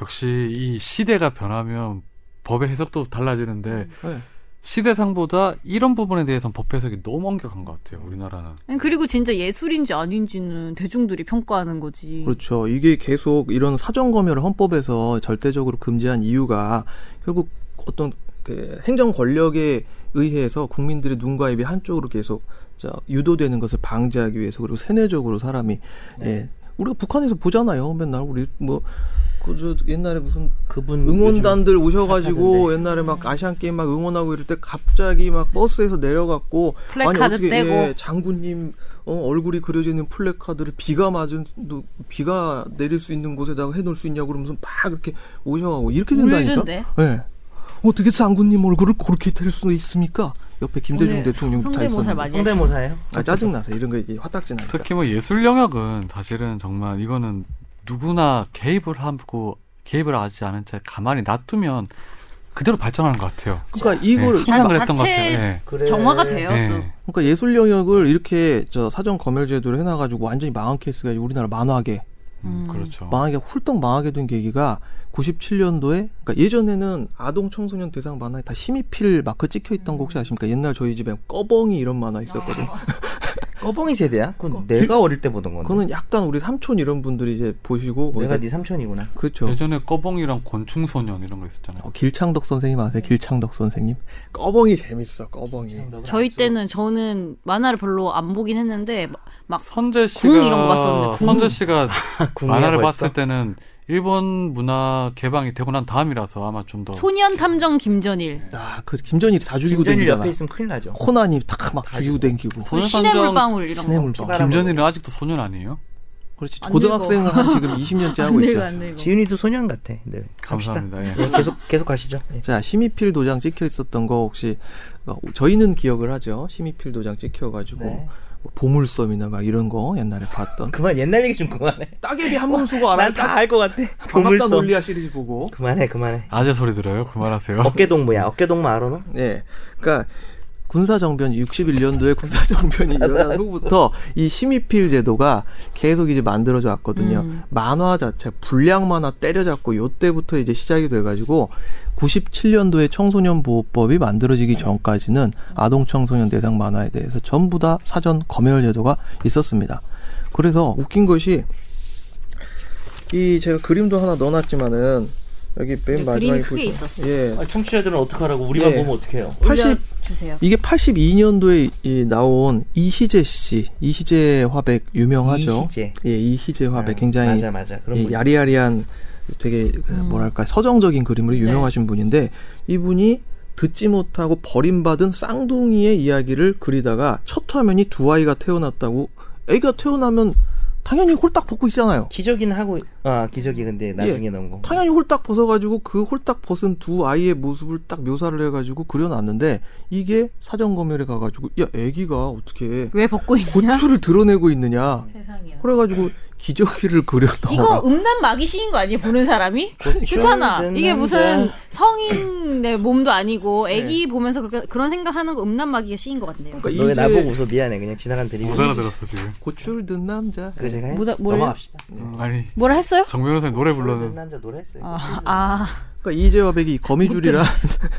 역시 이 시대가 변하면 법의 해석도 달라지는데 네. 시대상보다 이런 부분에 대해서는 법 해석이 너무 엄격한 것 같아요 우리나라는 아니, 그리고 진짜 예술인지 아닌지는 대중들이 평가하는 거지 그렇죠. 이게 계속 이런 사전 검열을 헌법에서 절대적으로 금지한 이유가 결국 어떤 그 행정 권력에 의해서 국민들의 눈과 입이 한쪽으로 계속 저 유도되는 것을 방지하기 위해서 그리고 세뇌적으로 사람이 예. 우리가 북한에서 보잖아요. 맨날 우리 뭐 뭐그저 옛날에 무슨 그분 응원단들 오셔가지고 음, 핫하던데. 옛날에 막 아시안 게임 막 응원하고 이럴 때 갑자기 막 버스에서 내려갔고 예, 플래카드 떼고. 장군님 어, 얼굴이 그려지는 플래카드를 비가 맞은 도- 비가 내릴 수 있는 곳에다가 해놓을 수 있냐고 그러면서 막 이렇게 오셔가고 이렇게 된다니까. 울던데. 예. 어떻게 장군님 얼굴을 그렇게 될 수 있습니까? 옆에 김대중 오늘 대통령도 다 성대모사를 있었는데. 많이 했어 성대모사예요. 아 짜증 나서 이런 거 이게 화딱지 나니까. 특히 뭐 예술 영역은 사실은 정말 이거는 누구나 개입을 하고 개입을 하지 않은 채 가만히 놔두면 그대로 발전하는 것 같아요 네. 그러니까 이거를 예, 항상 자- 그랬던 것 자체- 같아요 예. 그래. 정화가 돼요 또 예. 그러니까 예술 영역을 이렇게 저 사전 검열 제도를 해놔가지고 완전히 망한 케이스가 우리나라 만화계 음, 그렇죠 망하게 훌떡 망하게 된 계기가 97년도에 그러니까 예전에는 아동 청소년 대상 만화에 다 심의필 마크 찍혀 있던 거 혹시 아십니까? 옛날 저희 집에 꺼벙이 이런 만화 있었거든요. 꺼봉이 세대야? 그건 내가 어릴 때 보던 건데. 그거는 약간 우리 삼촌 이런 분들이 이제 보시고 뭐 내가 이제- 네 삼촌이구나. 그렇죠. 예전에 꺼봉이랑 곤충소년 이런 거 있었잖아요 어, 길창덕 선생님 아세요? 길창덕 선생님. 꺼벙이 재밌어. 꺼벙이. 저희 때는 저는 만화를 별로 안 보긴 했는데 막 선재 씨가 아, 궁 이런 거 봤었는데, 궁. 선재 씨가 궁이야, 만화를 벌써? 봤을 때는 일본 문화 개방이 되고 난 다음이라서 아마 좀 더 소년 탐정 김전일. 아, 그 김전일이 다 죽이고 김전일 댕기잖아. 옆에 있으면 큰일 나죠. 코난이 다 막 죽이고 댕기고. 소년 신의 탐정- 그 물방울 이런 신의 거. 물방. 피바람. 김전일은 아직도 소년 아니에요? 그렇지. 안 고등학생은 한 지금 20년째 하고 안 있죠. 읽어 안 읽어. 지윤이도 소년 같아. 네. 갑시다. 감사합니다. 예. 네, 계속 계속 가시죠. 네. 자, 심의필 도장 찍혀 있었던 거 혹시 어, 저희는 기억을 하죠. 심의필 도장 찍혀 가지고 네. 뭐 보물섬이나 막 이런 거 옛날에 봤던. 어, 그만 옛날 얘기 좀 그만해. 따개비 한번 쓰고 난 다 알 것 같아. 반갑다 보물섬. 논리아 시리즈 보고. 그만해 그만해. 아재 소리 들어요? 그만하세요. 어깨동무야. 어깨동무 알아 너? 예. 그러니까 군사 정변 61년도에 군사 정변이 일어난 후부터 이 심의필 제도가 계속 이제 만들어져 왔거든요. 음. 만화 자체 불량 만화 때려잡고 요때부터 이제 시작이 돼 가지고 97년도에 청소년 보호법이 만들어지기 전까지는 아동 청소년 대상 만화에 대해서 전부 다 사전 검열 제도가 있었습니다. 그래서 웃긴 것이 이 제가 그림도 하나 넣어놨지만은 여기 네, 맨 마지막에 그림이 크게 보시면- 있었어. 예. 아, 청취자들은 어떡하라고 우리만 예. 보면 어떡해요? 80 80 주세요. 이게 82년도에 이 나온 이희재 씨, 이희재 화백 유명하죠. 이희재. 예, 이희재 화백 아, 굉장히 맞아 맞아. 그런 이 거 있어. 야리야리한 되게 그 뭐랄까 서정적인 그림으로 유명하신 분인데 이분이 듣지 못하고 버림받은 쌍둥이의 이야기를 그리다가 첫 화면이 두 아이가 태어났다고 애가 태어나면 당연히 홀딱 벗고 있잖아요. 기저귀는 하고 아 기저귀 근데 나중에 넣은 거. 예. 당연히 홀딱 벗어가지고 그 홀딱 벗은 두 아이의 모습을 딱 묘사를 해가지고 그려놨는데 이게 사전 검열에 가가지고 야 애기가 어떻게 왜 벗고 있냐? 고추를 드러내고 있느냐 세상이야. 그래가지고 기저귀를 그려 이거 넣어라 음란 마귀시인 거 아니에요? 보는 사람이? 괜찮아. 이게 무슨 성인의 몸도 아니고 애기 보면서 그렇게, 그런 생각하는 거 음란 마귀가 시인 것 같네요. 그러니까 너왜 이제 나보고 웃어 미안해 그냥 지나간 드립. 못 알아들었어 지금. 고추를 든 남자 그 제가 해. 뭐다- 뭘- 넘어갑시다. 네. 아니 뭐라 했어요? 정 변호사님 노래 모르는 불러는 남자 노래했어요. 아, 아 그러니까 이재화백이 이 거미줄이란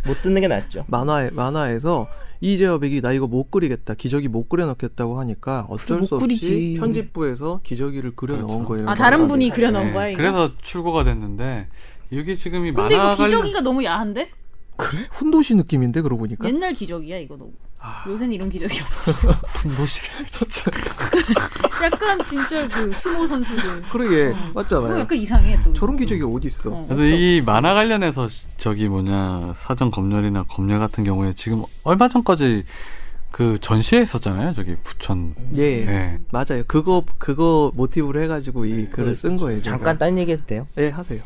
못 듣는 게 낫죠. 만화에 만화에서 이재화백이 나 이거 못 그리겠다 기저귀 못 그려 넣겠다고 하니까 어쩔 못 수 없이 그리지. 편집부에서 기저귀를 그려 넣은 그렇죠. 거예요. 그러니까. 아, 다른 분이 만화에. 그려 넣은 예, 거야 이거. 그래서 출고가 됐는데 이게 지금 이 근데 만화 이거 관련 기저귀가 너무 야한데? 그래 훈도시 느낌인데 그러고 보니까 옛날 기저귀야 이거 너무. 요새는 이런 기저귀 없어. 분도시래 진짜. 약간 진짜 그 수모 선수들. 그러게 그거 맞잖아요. 약간 이상해 또. 저런 기적이 어디 있어? 어. 그래서 이 만화 관련해서 시- 저기 뭐냐 사전 검열이나 검열 같은 경우에 지금 얼마 전까지 그 전시회했었잖아요. 저기 부천. 예, 예. 네. 맞아요. 그거 그거 모티브로 해가지고 이 글을 쓴 거예요. 제가. 잠깐 딴 얘기 해도 돼요? 예 하세요.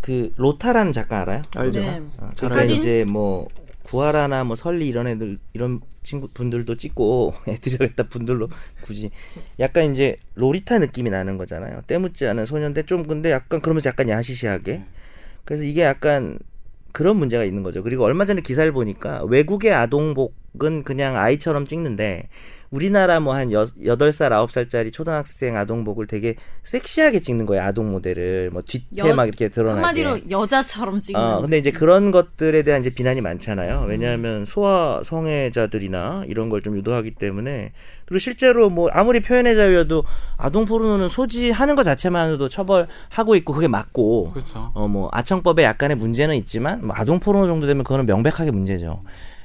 그 로타라는 작가 알아요? 알죠. 네. 아, 잘 그러니까 알죠. 이제 뭐 구하라나 뭐 설리 이런 애들 이런 친구 분들도 찍고 애들이랬다 분들로 굳이 약간 이제 로리타 느낌이 나는 거잖아요. 때묻지 않은 소년데 좀 근데 약간 그러면서 약간 야시시하게 그래서 이게 약간 그런 문제가 있는 거죠. 그리고 얼마 전에 기사를 보니까 외국의 아동복은 그냥 아이처럼 찍는데 우리나라 뭐 한 여덟 살 아홉 살짜리 초등학생 아동복을 되게 섹시하게 찍는 거예요. 아동 모델을 뭐 뒤태 여- 막 이렇게 드러나게. 한마디로 여자처럼 찍는. 아, 근데 이제 그런 것들에 대한 이제 비난이 많잖아요. 왜냐하면 소아 성애자들이나 이런 걸 좀 유도하기 때문에 그리고 실제로 뭐 아무리 표현의 자유여도 아동 포르노는 소지하는 것 자체만으로도 처벌하고 있고 그게 맞고 그렇죠. 어 뭐 아청법에 약간의 문제는 있지만 뭐 아동 포르노 정도 되면 그거는 명백하게 문제죠.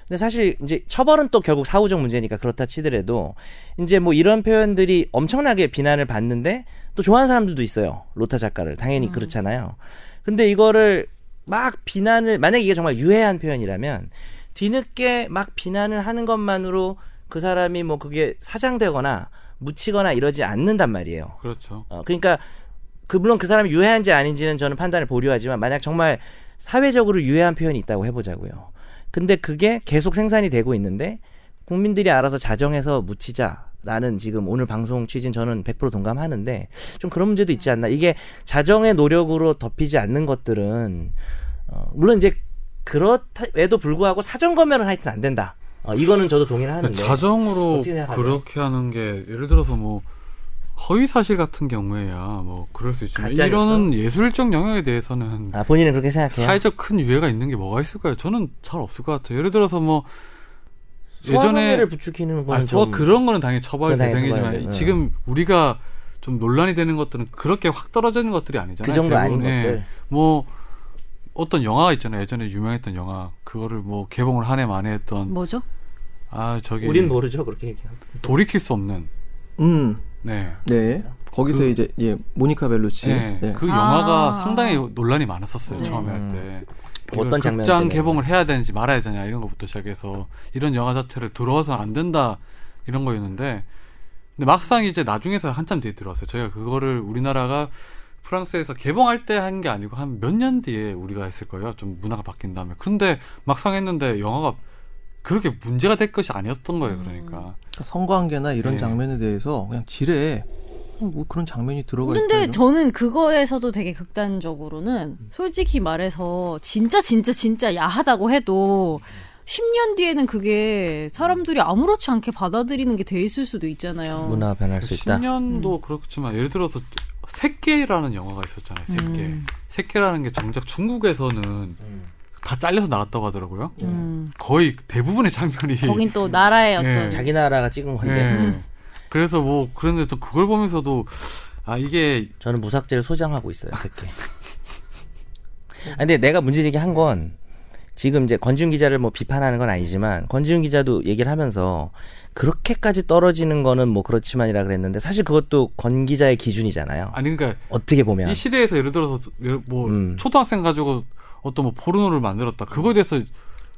근데 사실 이제 처벌은 또 결국 사후적 문제니까 그렇다 치더라도 이제 뭐 이런 표현들이 엄청나게 비난을 받는데 또 좋아하는 사람들도 있어요. 로타 작가를 당연히 그렇잖아요. 근데 이거를 막 비난을 만약 이게 정말 유해한 표현이라면 뒤늦게 막 비난을 하는 것만으로 그 사람이 뭐 그게 사장되거나 묻히거나 이러지 않는단 말이에요. 그렇죠. 어, 그러니까 그 물론 그 사람이 유해한지 아닌지는 저는 판단을 보류하지만 만약 정말 사회적으로 유해한 표현이 있다고 해보자고요. 근데 그게 계속 생산이 되고 있는데 국민들이 알아서 자정해서 묻히자. 라는 지금 오늘 방송 취진 저는 100% 동감하는데 좀 그런 문제도 있지 않나. 이게 자정의 노력으로 덮이지 않는 것들은 어, 물론 이제 그렇에도 불구하고 사전 검열은 하여튼 안 된다. 어, 이거는 저도 동의를 하는데. 자정으로 어떻게 생각하세요? 그렇게 하는 게 예를 들어서 뭐 허위 사실 같은 경우에야 뭐 그럴 수 있지만 가짜뉴스? 이런 예술적 영역에 대해서는 아, 본인은 그렇게 생각해요. 사회적 큰 유해가 있는 게 뭐가 있을까요? 저는 잘 없을 것 같아요. 예를 들어서 뭐 예전에 소화성애를 부추기는 아, 거는 저 좀- 그런 거는 당연히 처벌 그건 당연히 대상이지만 처벌인데, 네. 지금 우리가 좀 논란이 되는 것들은 그렇게 확 떨어지는 것들이 아니잖아요. 그 정도 아닌 대부분. 예. 것들. 뭐 어떤 영화가 있잖아요. 예전에 유명했던 영화 그거를 뭐 개봉을 한 해 만에 했던 뭐죠? 아 저기 뭐 우린 모르죠 그렇게 얘기하면 돌이킬 수 없는 음 네. 네. 거기서 그- 이제 예 모니카 벨루치. 네, 네. 그 아. 영화가 상당히 논란이 많았었어요 네. 처음에 할 음. 때. 어떤 이걸 장면 극장 때문에? 개봉을 해야 되는지 말아야 되냐 이런 것부터 시작해서 이런 영화 자체를 들어와서 안 된다 이런 거였는데 근데 막상 이제 나중에서 한참 뒤에 들어왔어요. 저희가 그거를 우리나라가 프랑스에서 개봉할 때 한 게 아니고 한 몇 년 뒤에 우리가 했을 거예요. 좀 문화가 바뀐 다음에. 그런데 막상 했는데 영화가 그렇게 문제가 될 것이 아니었던 거예요. 그러니까. 성관계나 이런 네. 예. 장면에 대해서 그냥 지뢰에 어, 뭐 그런 장면이 들어가 근데 있다요. 음. 저는 그거에서도 되게 극단적으로는 솔직히 말해서 진짜 진짜 진짜 야하다고 해도 10년 뒤에는 그게 사람들이 아무렇지 않게 받아들이는 게 돼 있을 수도 있잖아요. 문화 변할 수 있다. 음. 10년도 그렇지만 예를 들어서 새끼라는 영화가 있었잖아요. 새끼. 음. 새끼라는 게 정작 중국에서는 음. 다 잘려서 나왔다고 하더라고요. 음. 거의 대부분의 장면이 그 거긴 또 나라의 예. 어떤 자기 나라가 찍은 예. 건데 음. 그래서 뭐 그런데 또 그걸 보면서도 아 이게 저는 무삭제를 소장하고 있어요, 새끼. 아, 근데 내가 문제제기 한 건 지금 이제 권지훈 기자를 뭐 비판하는 건 아니지만 권지훈 기자도 얘기를 하면서 그렇게까지 떨어지는 거는 뭐 그렇지만이라 그랬는데 사실 그것도 권 기자의 기준이잖아요. 아니 그러니까 어떻게 보면 이 시대에서 예를 들어서 예를- 뭐 음. 초등학생 가지고 어떤 뭐 포르노를 만들었다 그거에 대해서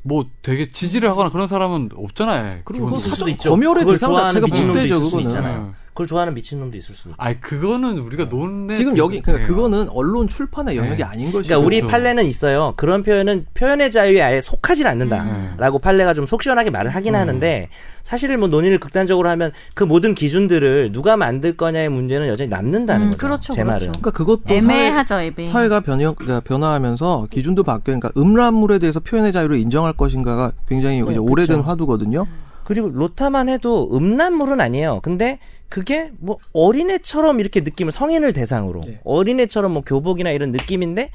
뭐 되게 지지를 하거나 그런 사람은 없잖아요. 음. 그리고 그거 기본적으로. 예. 사실 검열의 그걸 대상 좋아하는 자체가 미친놈도 문제죠, 있을 수 그거는. 있잖아요. 그걸 좋아하는 미친놈도 있을 수 있죠. 아니 그거는 우리가 논의 지금 여기 부분이에요. 그러니까 그거는 언론 출판의 영역이 네. 아닌 네, 그러니까 것이죠. 우리 그렇죠. 판례는 있어요. 그런 표현은 표현의 자유에 아예 속하지 음. 않는다라고 판례가 좀 속시원하게 말을 하긴 하는데 사실 뭐 논의를 극단적으로 하면 그 모든 기준들을 누가 만들 거냐의 문제는 여전히 남는다는 음, 거죠. 그렇죠, 제 말은. 그렇죠. 그러니까 그것도 애매하죠, 애매. 사회, 가 변형 그러니까 변화하면서 기준도 바뀌어 그러니까 음란물에 대해서 표현의 자유를 인정할 것인가가 굉장히 네, 이제 오래된 화두거든요. 그리고 로타만 해도 음란물은 아니에요. 근데 그게 뭐 어린애처럼 이렇게 느낌을 성인을 대상으로 예. 어린애처럼 뭐 교복이나 이런 느낌인데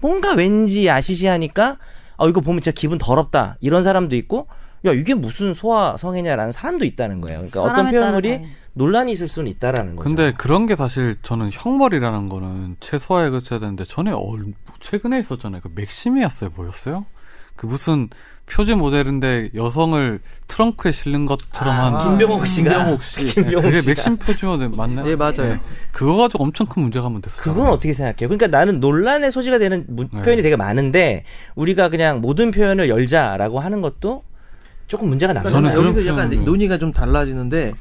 뭔가 왠지 야시시하니까 아 이거 보면 진짜 기분 더럽다 이런 사람도 있고 야 이게 무슨 소아 성애냐라는 사람도 있다는 거예요. 그러니까 어떤 사람에 따라 표현물이 다르네. 논란이 있을 수는 있다라는 거죠. 근데 그런 게 사실 저는 형벌이라는 거는 최소화에 그쳐야 되는데 전에 얼, 최근에 있었잖아요. 그 맥심이었어요. 뭐였어요? 그 무슨 표지 모델인데 여성을 트렁크에 실는 것처럼 한 김병옥 씨가 아, 김병옥 씨. 네, 아, 김병옥 그게 씨가 맥심 표지 모델 맞나요? 네, 맞아요. 그거 가지고 엄청 큰 문제가 한번 됐어요. 그건 어떻게 생각해요? 그러니까 나는 논란의 소지가 되는 문- 네. 표현이 되게 많은데 우리가 그냥 모든 표현을 열자라고 하는 것도 조금 문제가 남아요. 저는 그런 그러니까 여기서 약간 표현은- 논의가 좀 달라지는데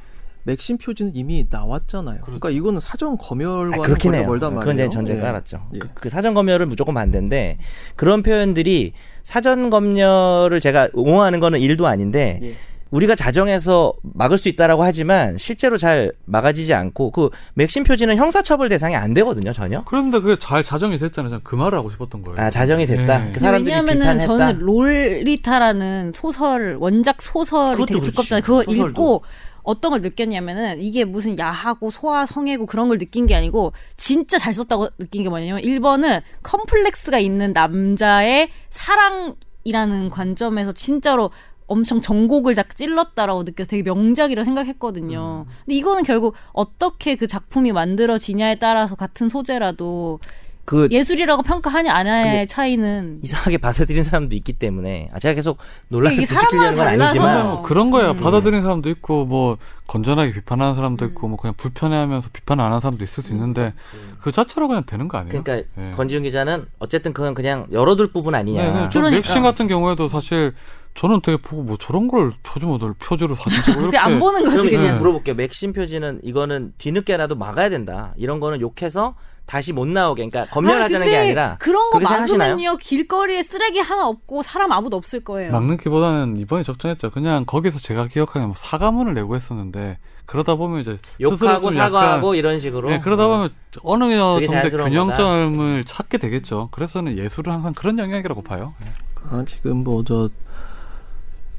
맥심 표지는 이미 나왔잖아요. 그러니까 이거는 사전 검열과 그렇죠. 아, 는 그렇긴 해요. 멀단 말이에요. 그건 이제 전제 예. 깔았죠. 예. 그, 그 사전 검열은 무조건 반대인데 그런 표현들이 사전 검열을 제가 옹호하는 거는 일도 아닌데 예. 우리가 자정해서 막을 수 있다라고 하지만 실제로 잘 막아지지 않고 그 맥심 표지는 형사처벌 대상이 안 되거든요 전혀. 그런데 그게 잘 자정이 됐잖아요. 저는 그 말을 하고 싶었던 거예요. 아 자정이 됐다. 예. 그 사람들이 왜냐하면은 비판했다. 저는 롤리타라는 소설 원작 소설이 그것도 되게 그렇지. 두껍잖아요. 그거 소설도. 읽고 어떤 걸 느꼈냐면은 이게 무슨 야하고 소아 성애고 그런 걸 느낀 게 아니고 진짜 잘 썼다고 느낀 게 뭐냐면 1번은 컴플렉스가 있는 남자의 사랑이라는 관점에서 진짜로 엄청 전곡을 다 찔렀다라고 느껴서 되게 명작이라 생각했거든요. 음. 근데 이거는 결국 어떻게 그 작품이 만들어지냐에 따라서 같은 소재라도 그 예술이라고 평가하냐 안 근데 하냐의 차이는 이상하게 받아들인 사람도 있기 때문에 아, 제가 계속 논란을 이게 부추기려는 건 사람마다 달라서. 음. 그러면 아니지만 뭐 그런 거야. 받아들인 사람도 있고 뭐 건전하게 비판하는 사람도 있고 뭐 그냥 불편해하면서 비판 안 하는 사람도 있을 수 있는데 그 자체로 그냥 되는 거 아니에요? 음. 그러니까 예. 권지훈 기자는 어쨌든 그건 그냥 열어둘 부분 아니냐. 네, 네. 저 그러니까. 맥심 같은 경우에도 사실 저는 되게 보고 뭐 저런 걸 표지 모델 표지로 사진 찍고 이렇게 근데 안 보는 거지 그럼 음. 그냥. 네. 물어볼게요. 맥심 표지는 이거는 뒤늦게라도 막아야 된다. 이런 거는 욕해서 다시 못 나오게. 그러니까 검열하자는 아, 게 근데 아니라 그런 거 그렇게 생각하시나요? 막으면요 길거리에 쓰레기 하나 없고 사람 아무도 없을 거예요. 막는 기보다는 이번에 적절했죠. 그냥 거기서 제가 기억하기에 뭐 사과문을 내고 했었는데 그러다 보면 이제 스스로 욕하고 좀 사과하고 이런 식으로. 약간 예, 그러다 보면 어느 되게 정도의 자연스러운 균형점을 찾게 되겠죠. 그래서는 예술은 항상 그런 영역이라고 봐요. 예. 아, 지금 뭐 저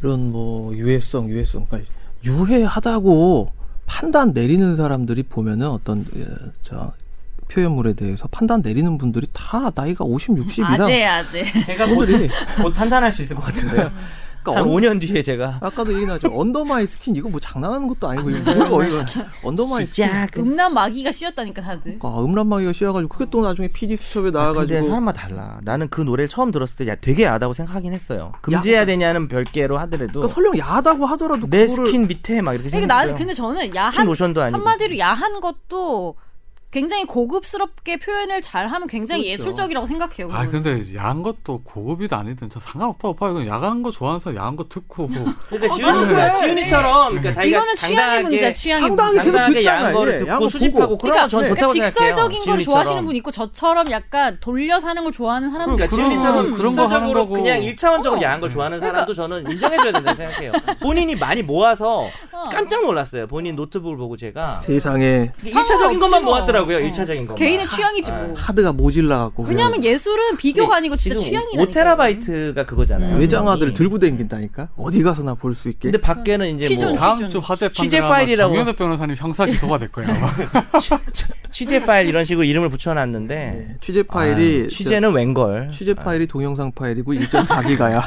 이런 뭐 유해성, 유해성, 그러니까 유해하다고 판단 내리는 사람들이 보면은 어떤 예, 저 표현물에 대해서 판단 내리는 분들이 다 나이가 50, 60 이상 아재 아재. 제가 음. 어, 네. 곧, 분들이 곧 판단할 수 있을 것 같은데요. 그러니까 한 언- 5년 뒤에 제가 아까도 얘기 나죠. 언더마이 스킨 이거 뭐 장난하는 것도 아니고 이거 뭐야 이거 언더마이 스킨. 시작. 음란 마귀가 씌었다니까 다들. 아, 음란마귀가 씌워가지고 그게 또 나중에 PD 수첩에 아, 근데 나와가지고 사람마다 달라. 나는 그 노래를 처음 들었을 때 야, 되게 야다고 생각하긴 했어요. 금지해야 되냐는 별개로 하더라도 그러니까 설령 야하다고 하더라도 내 그거를 스킨 밑에 막 이렇게 그러니까 난 생겼어요. 근데 저는 스킨 야한 로션도 아니고. 한마디로 야한 것도 굉장히 고급스럽게 표현을 잘하면 굉장히 그렇죠. 예술적이라고 생각해요. 아 그거는. 근데 야한 것도 고급이든 아니든 저 상관없다고 봐요. 그냥 야한 거 좋아하는 사람 야한 거 듣고 어, 그러니까 지훈이- 그래. 지훈이처럼 그러니까 네. 이거는 취향의 문제야. 취향의 당당하게 문제. 계속 당당하게 듣잖아요. 야한 거를 예, 듣고 야한 거 수집하고 보고. 뭐 그런 건 전 그러니까 좋다고 그러니까 직설적인 생각해요. 걸 좋아하시는 지훈이처럼. 분 있고 저처럼 약간 돌려 사는 걸 좋아하는 음, 사람도 그러니까 있고. 그럼, 지훈이처럼 그런 거 하는 직설적으로 거고. 그냥 일차원적으로 어. 야한 걸 좋아하는 그러니까- 사람도 저는 인정해줘야 된다고 생각해요. 본인이 많이 모아서 어. 깜짝 놀랐어요. 본인 노트북을 보고 제가 세상에 상관없지 1차적인 것만 뭐. 어. 모았더라고요. 1차적인 것만. 개인의 취향이지 아. 네. 뭐. 하드가 모질라갖고 그냥 왜냐하면 예술은 비교가 아니고 진짜 지금 취향이라니까. 5테라바이트가 그거잖아요. 외장하드를 음. 들고 댕긴다니까 어디 가서나 볼 수 있게. 근데 밖에는 이제 취준. 뭐 다음 주 화재 취재 판결하면 파일이라고. 정현우 변호사님 형사 기소가 될 거예요. 아마. 취재 파일 이런 식으로 이름을 붙여놨는데 네, 취재 파일이 아, 취재는 아. 웬걸. 진짜 취재 파일이 동영상 파일이고 1.4기가야.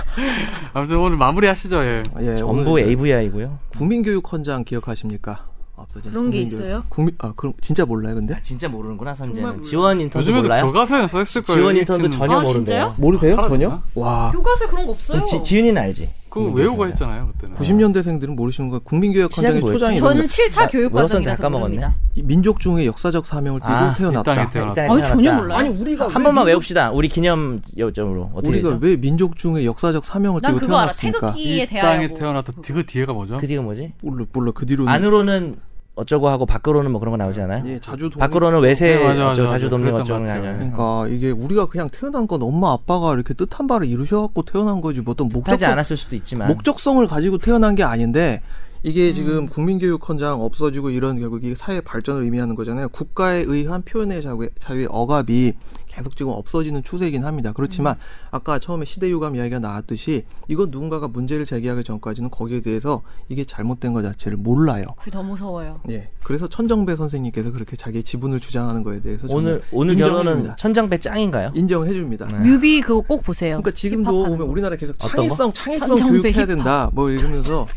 아무튼 오늘 마무리하시죠. 예. 예, 전부 오늘 AVI고요. 국민교육 헌장 기억하십니까? 앞서진 그런 게 국민교육. 있어요? 국민 아 그럼 진짜 몰라요 근데? 아, 진짜 모르는구나 선재는. 몰라요. 지원 인턴도 요즘에도 몰라요? 교과서에 써있을 거예요. 지원 인턴도 전혀 아, 모른대요. 진짜요? 모르세요 사라졌나? 전혀? 와 교과서에 그런 거 없어요. 그럼 지, 지은이는 알지. 그 외우고 했잖아요 그때는. 90년대생들은 모르시는 거야. 국민교육 시작이 헌장의 뭐였지? 초장이 저는 저는... 7차 아, 교육 외웠었는데 과정이라서 다 까먹었네. 모릅니다. 민족 중의 역사적 사명을 띠고 아, 태어났다. 이 땅에 태어났다. 일단 아니, 전혀 해놨다. 몰라요. 우리가 한 번만 외웁시다. 우리 기념 요점으로 어떻게 우리가 되죠? 왜 민족 중의 역사적 사명을 난 띠고 그거 알아. 태어났습니까? 태극기에 이 대하여. 땅에 태어났다. 그 뒤에가 뭐죠? 그 뒤가 뭐지? 몰라 몰라 그 뒤로는 안으로는 어쩌고 하고 밖으로는 뭐 그런 거 나오지 않아요? 예 자주 동 밖으로는 외세 네, 맞아, 맞아, 어쩌고 맞아. 자주 돕는 그랬던 어쩌고 것 같아요. 하냐. 그러니까 이게 우리가 그냥 태어난 건 엄마 아빠가 이렇게 뜻한 바를 이루셔갖고 태어난 거지 뭐 어떤 하지 목적성, 않았을 수도 있지만 목적성을 가지고 태어난 게 아닌데 이게 지금 국민교육 헌장 없어지고 이런 결국 이게 사회 발전을 의미하는 거잖아요. 국가에 의한 표현의 자유, 자유의 억압이 계속 지금 없어지는 추세이긴 합니다. 그렇지만 아까 처음에 시대 유감 이야기가 나왔듯이 이건 누군가가 문제를 제기하기 전까지는 거기에 대해서 이게 잘못된 것 자체를 몰라요. 그게 더 무서워요. 예. 그래서 천정배 선생님께서 그렇게 자기 지분을 주장하는 거에 대해서 저는 오늘 오늘 인정해줍니다. 결혼은 천장배 짱인가요? 인정해 줍니다. 네. 뮤비 그거 꼭 보세요. 그러니까 지금도 힙합하는 보면 우리나라 계속 어떤 창의성, 창의성 천정배 교육해야 힙합. 된다. 뭐 이러면서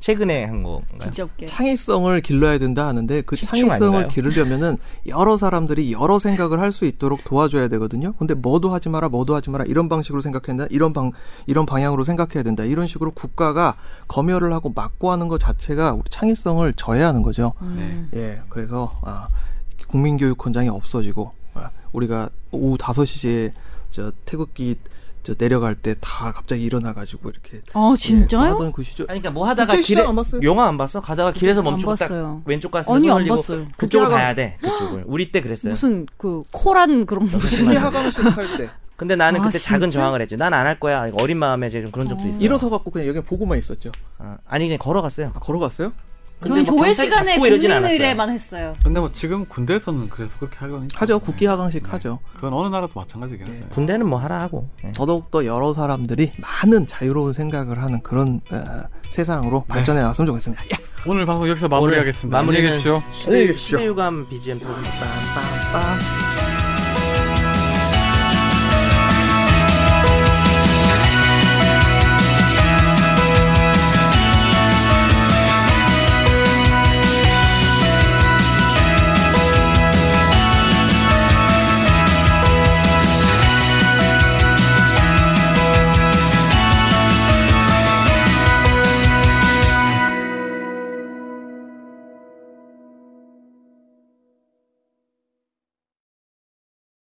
최근에 한 건가요? 진짜 웃겨. 창의성을 길러야 된다 하는데 그 힙충 창의성을 아닌가요? 기르려면은 여러 사람들이 여러 생각을 할 수 있도록 도와줘야 되거든요. 근데 뭐도 하지 마라, 뭐도 하지 마라 이런 방식으로 생각해야 된다, 이런 방 이런 방향으로 생각해야 된다 이런 식으로 국가가 검열을 하고 막고 하는 것 자체가 우리 창의성을 저해하는 음. 거죠. 네. 예, 그래서 아, 국민교육 헌장이 없어지고 아, 우리가 오후 5시에 저 태극기 저 내려갈 때 다 갑자기 일어나 가지고 이렇게 네, 아 예, 진짜요? 하던 그 시절 아니 그러니까 뭐 하다가 국제 길에 시장 안 봤어요? 영화 안 봤어? 가다가 길에서 멈추고 안 딱 봤어요. 왼쪽 가슴 아니 안 흘리고 봤어요. 그쪽을 국제화가- 가야 돼. 그쪽을. 우리 때 그랬어요. 무슨 그 코란 그런 무슨 신기 하강식 할때 근데 나는 아, 그때 작은 진짜? 저항을 했지. 난 안 할 거야. 어린 마음에 이제 좀 그런 적도 네. 있어. 일어서 갖고 그냥 여기 보고만 있었죠. 어. 아니 그냥 걸어갔어요. 아, 걸어갔어요? 저는 뭐 조회 경찰 시간에 잡고 이러진 국민의례만 했어요. 근데 뭐 지금 군대에서는 그래서 그렇게 하거든요. 하죠. 국기 네. 하강식 하죠. 그건 어느 나라도 마찬가지긴 해요. 군대는 뭐 하라 하고. 예. 더더욱더 여러 사람들이 많은 자유로운 생각을 하는 그런 어, 네. 세상으로 발전해 나왔으면 좋겠습니다. 예. 오늘 방송 여기서 마무리하겠습니다. 오늘 안녕히 계십시오. 마무리는 안녕히 계십시오. 시대 유감 BGM 들어줍니다. 빰빰빰.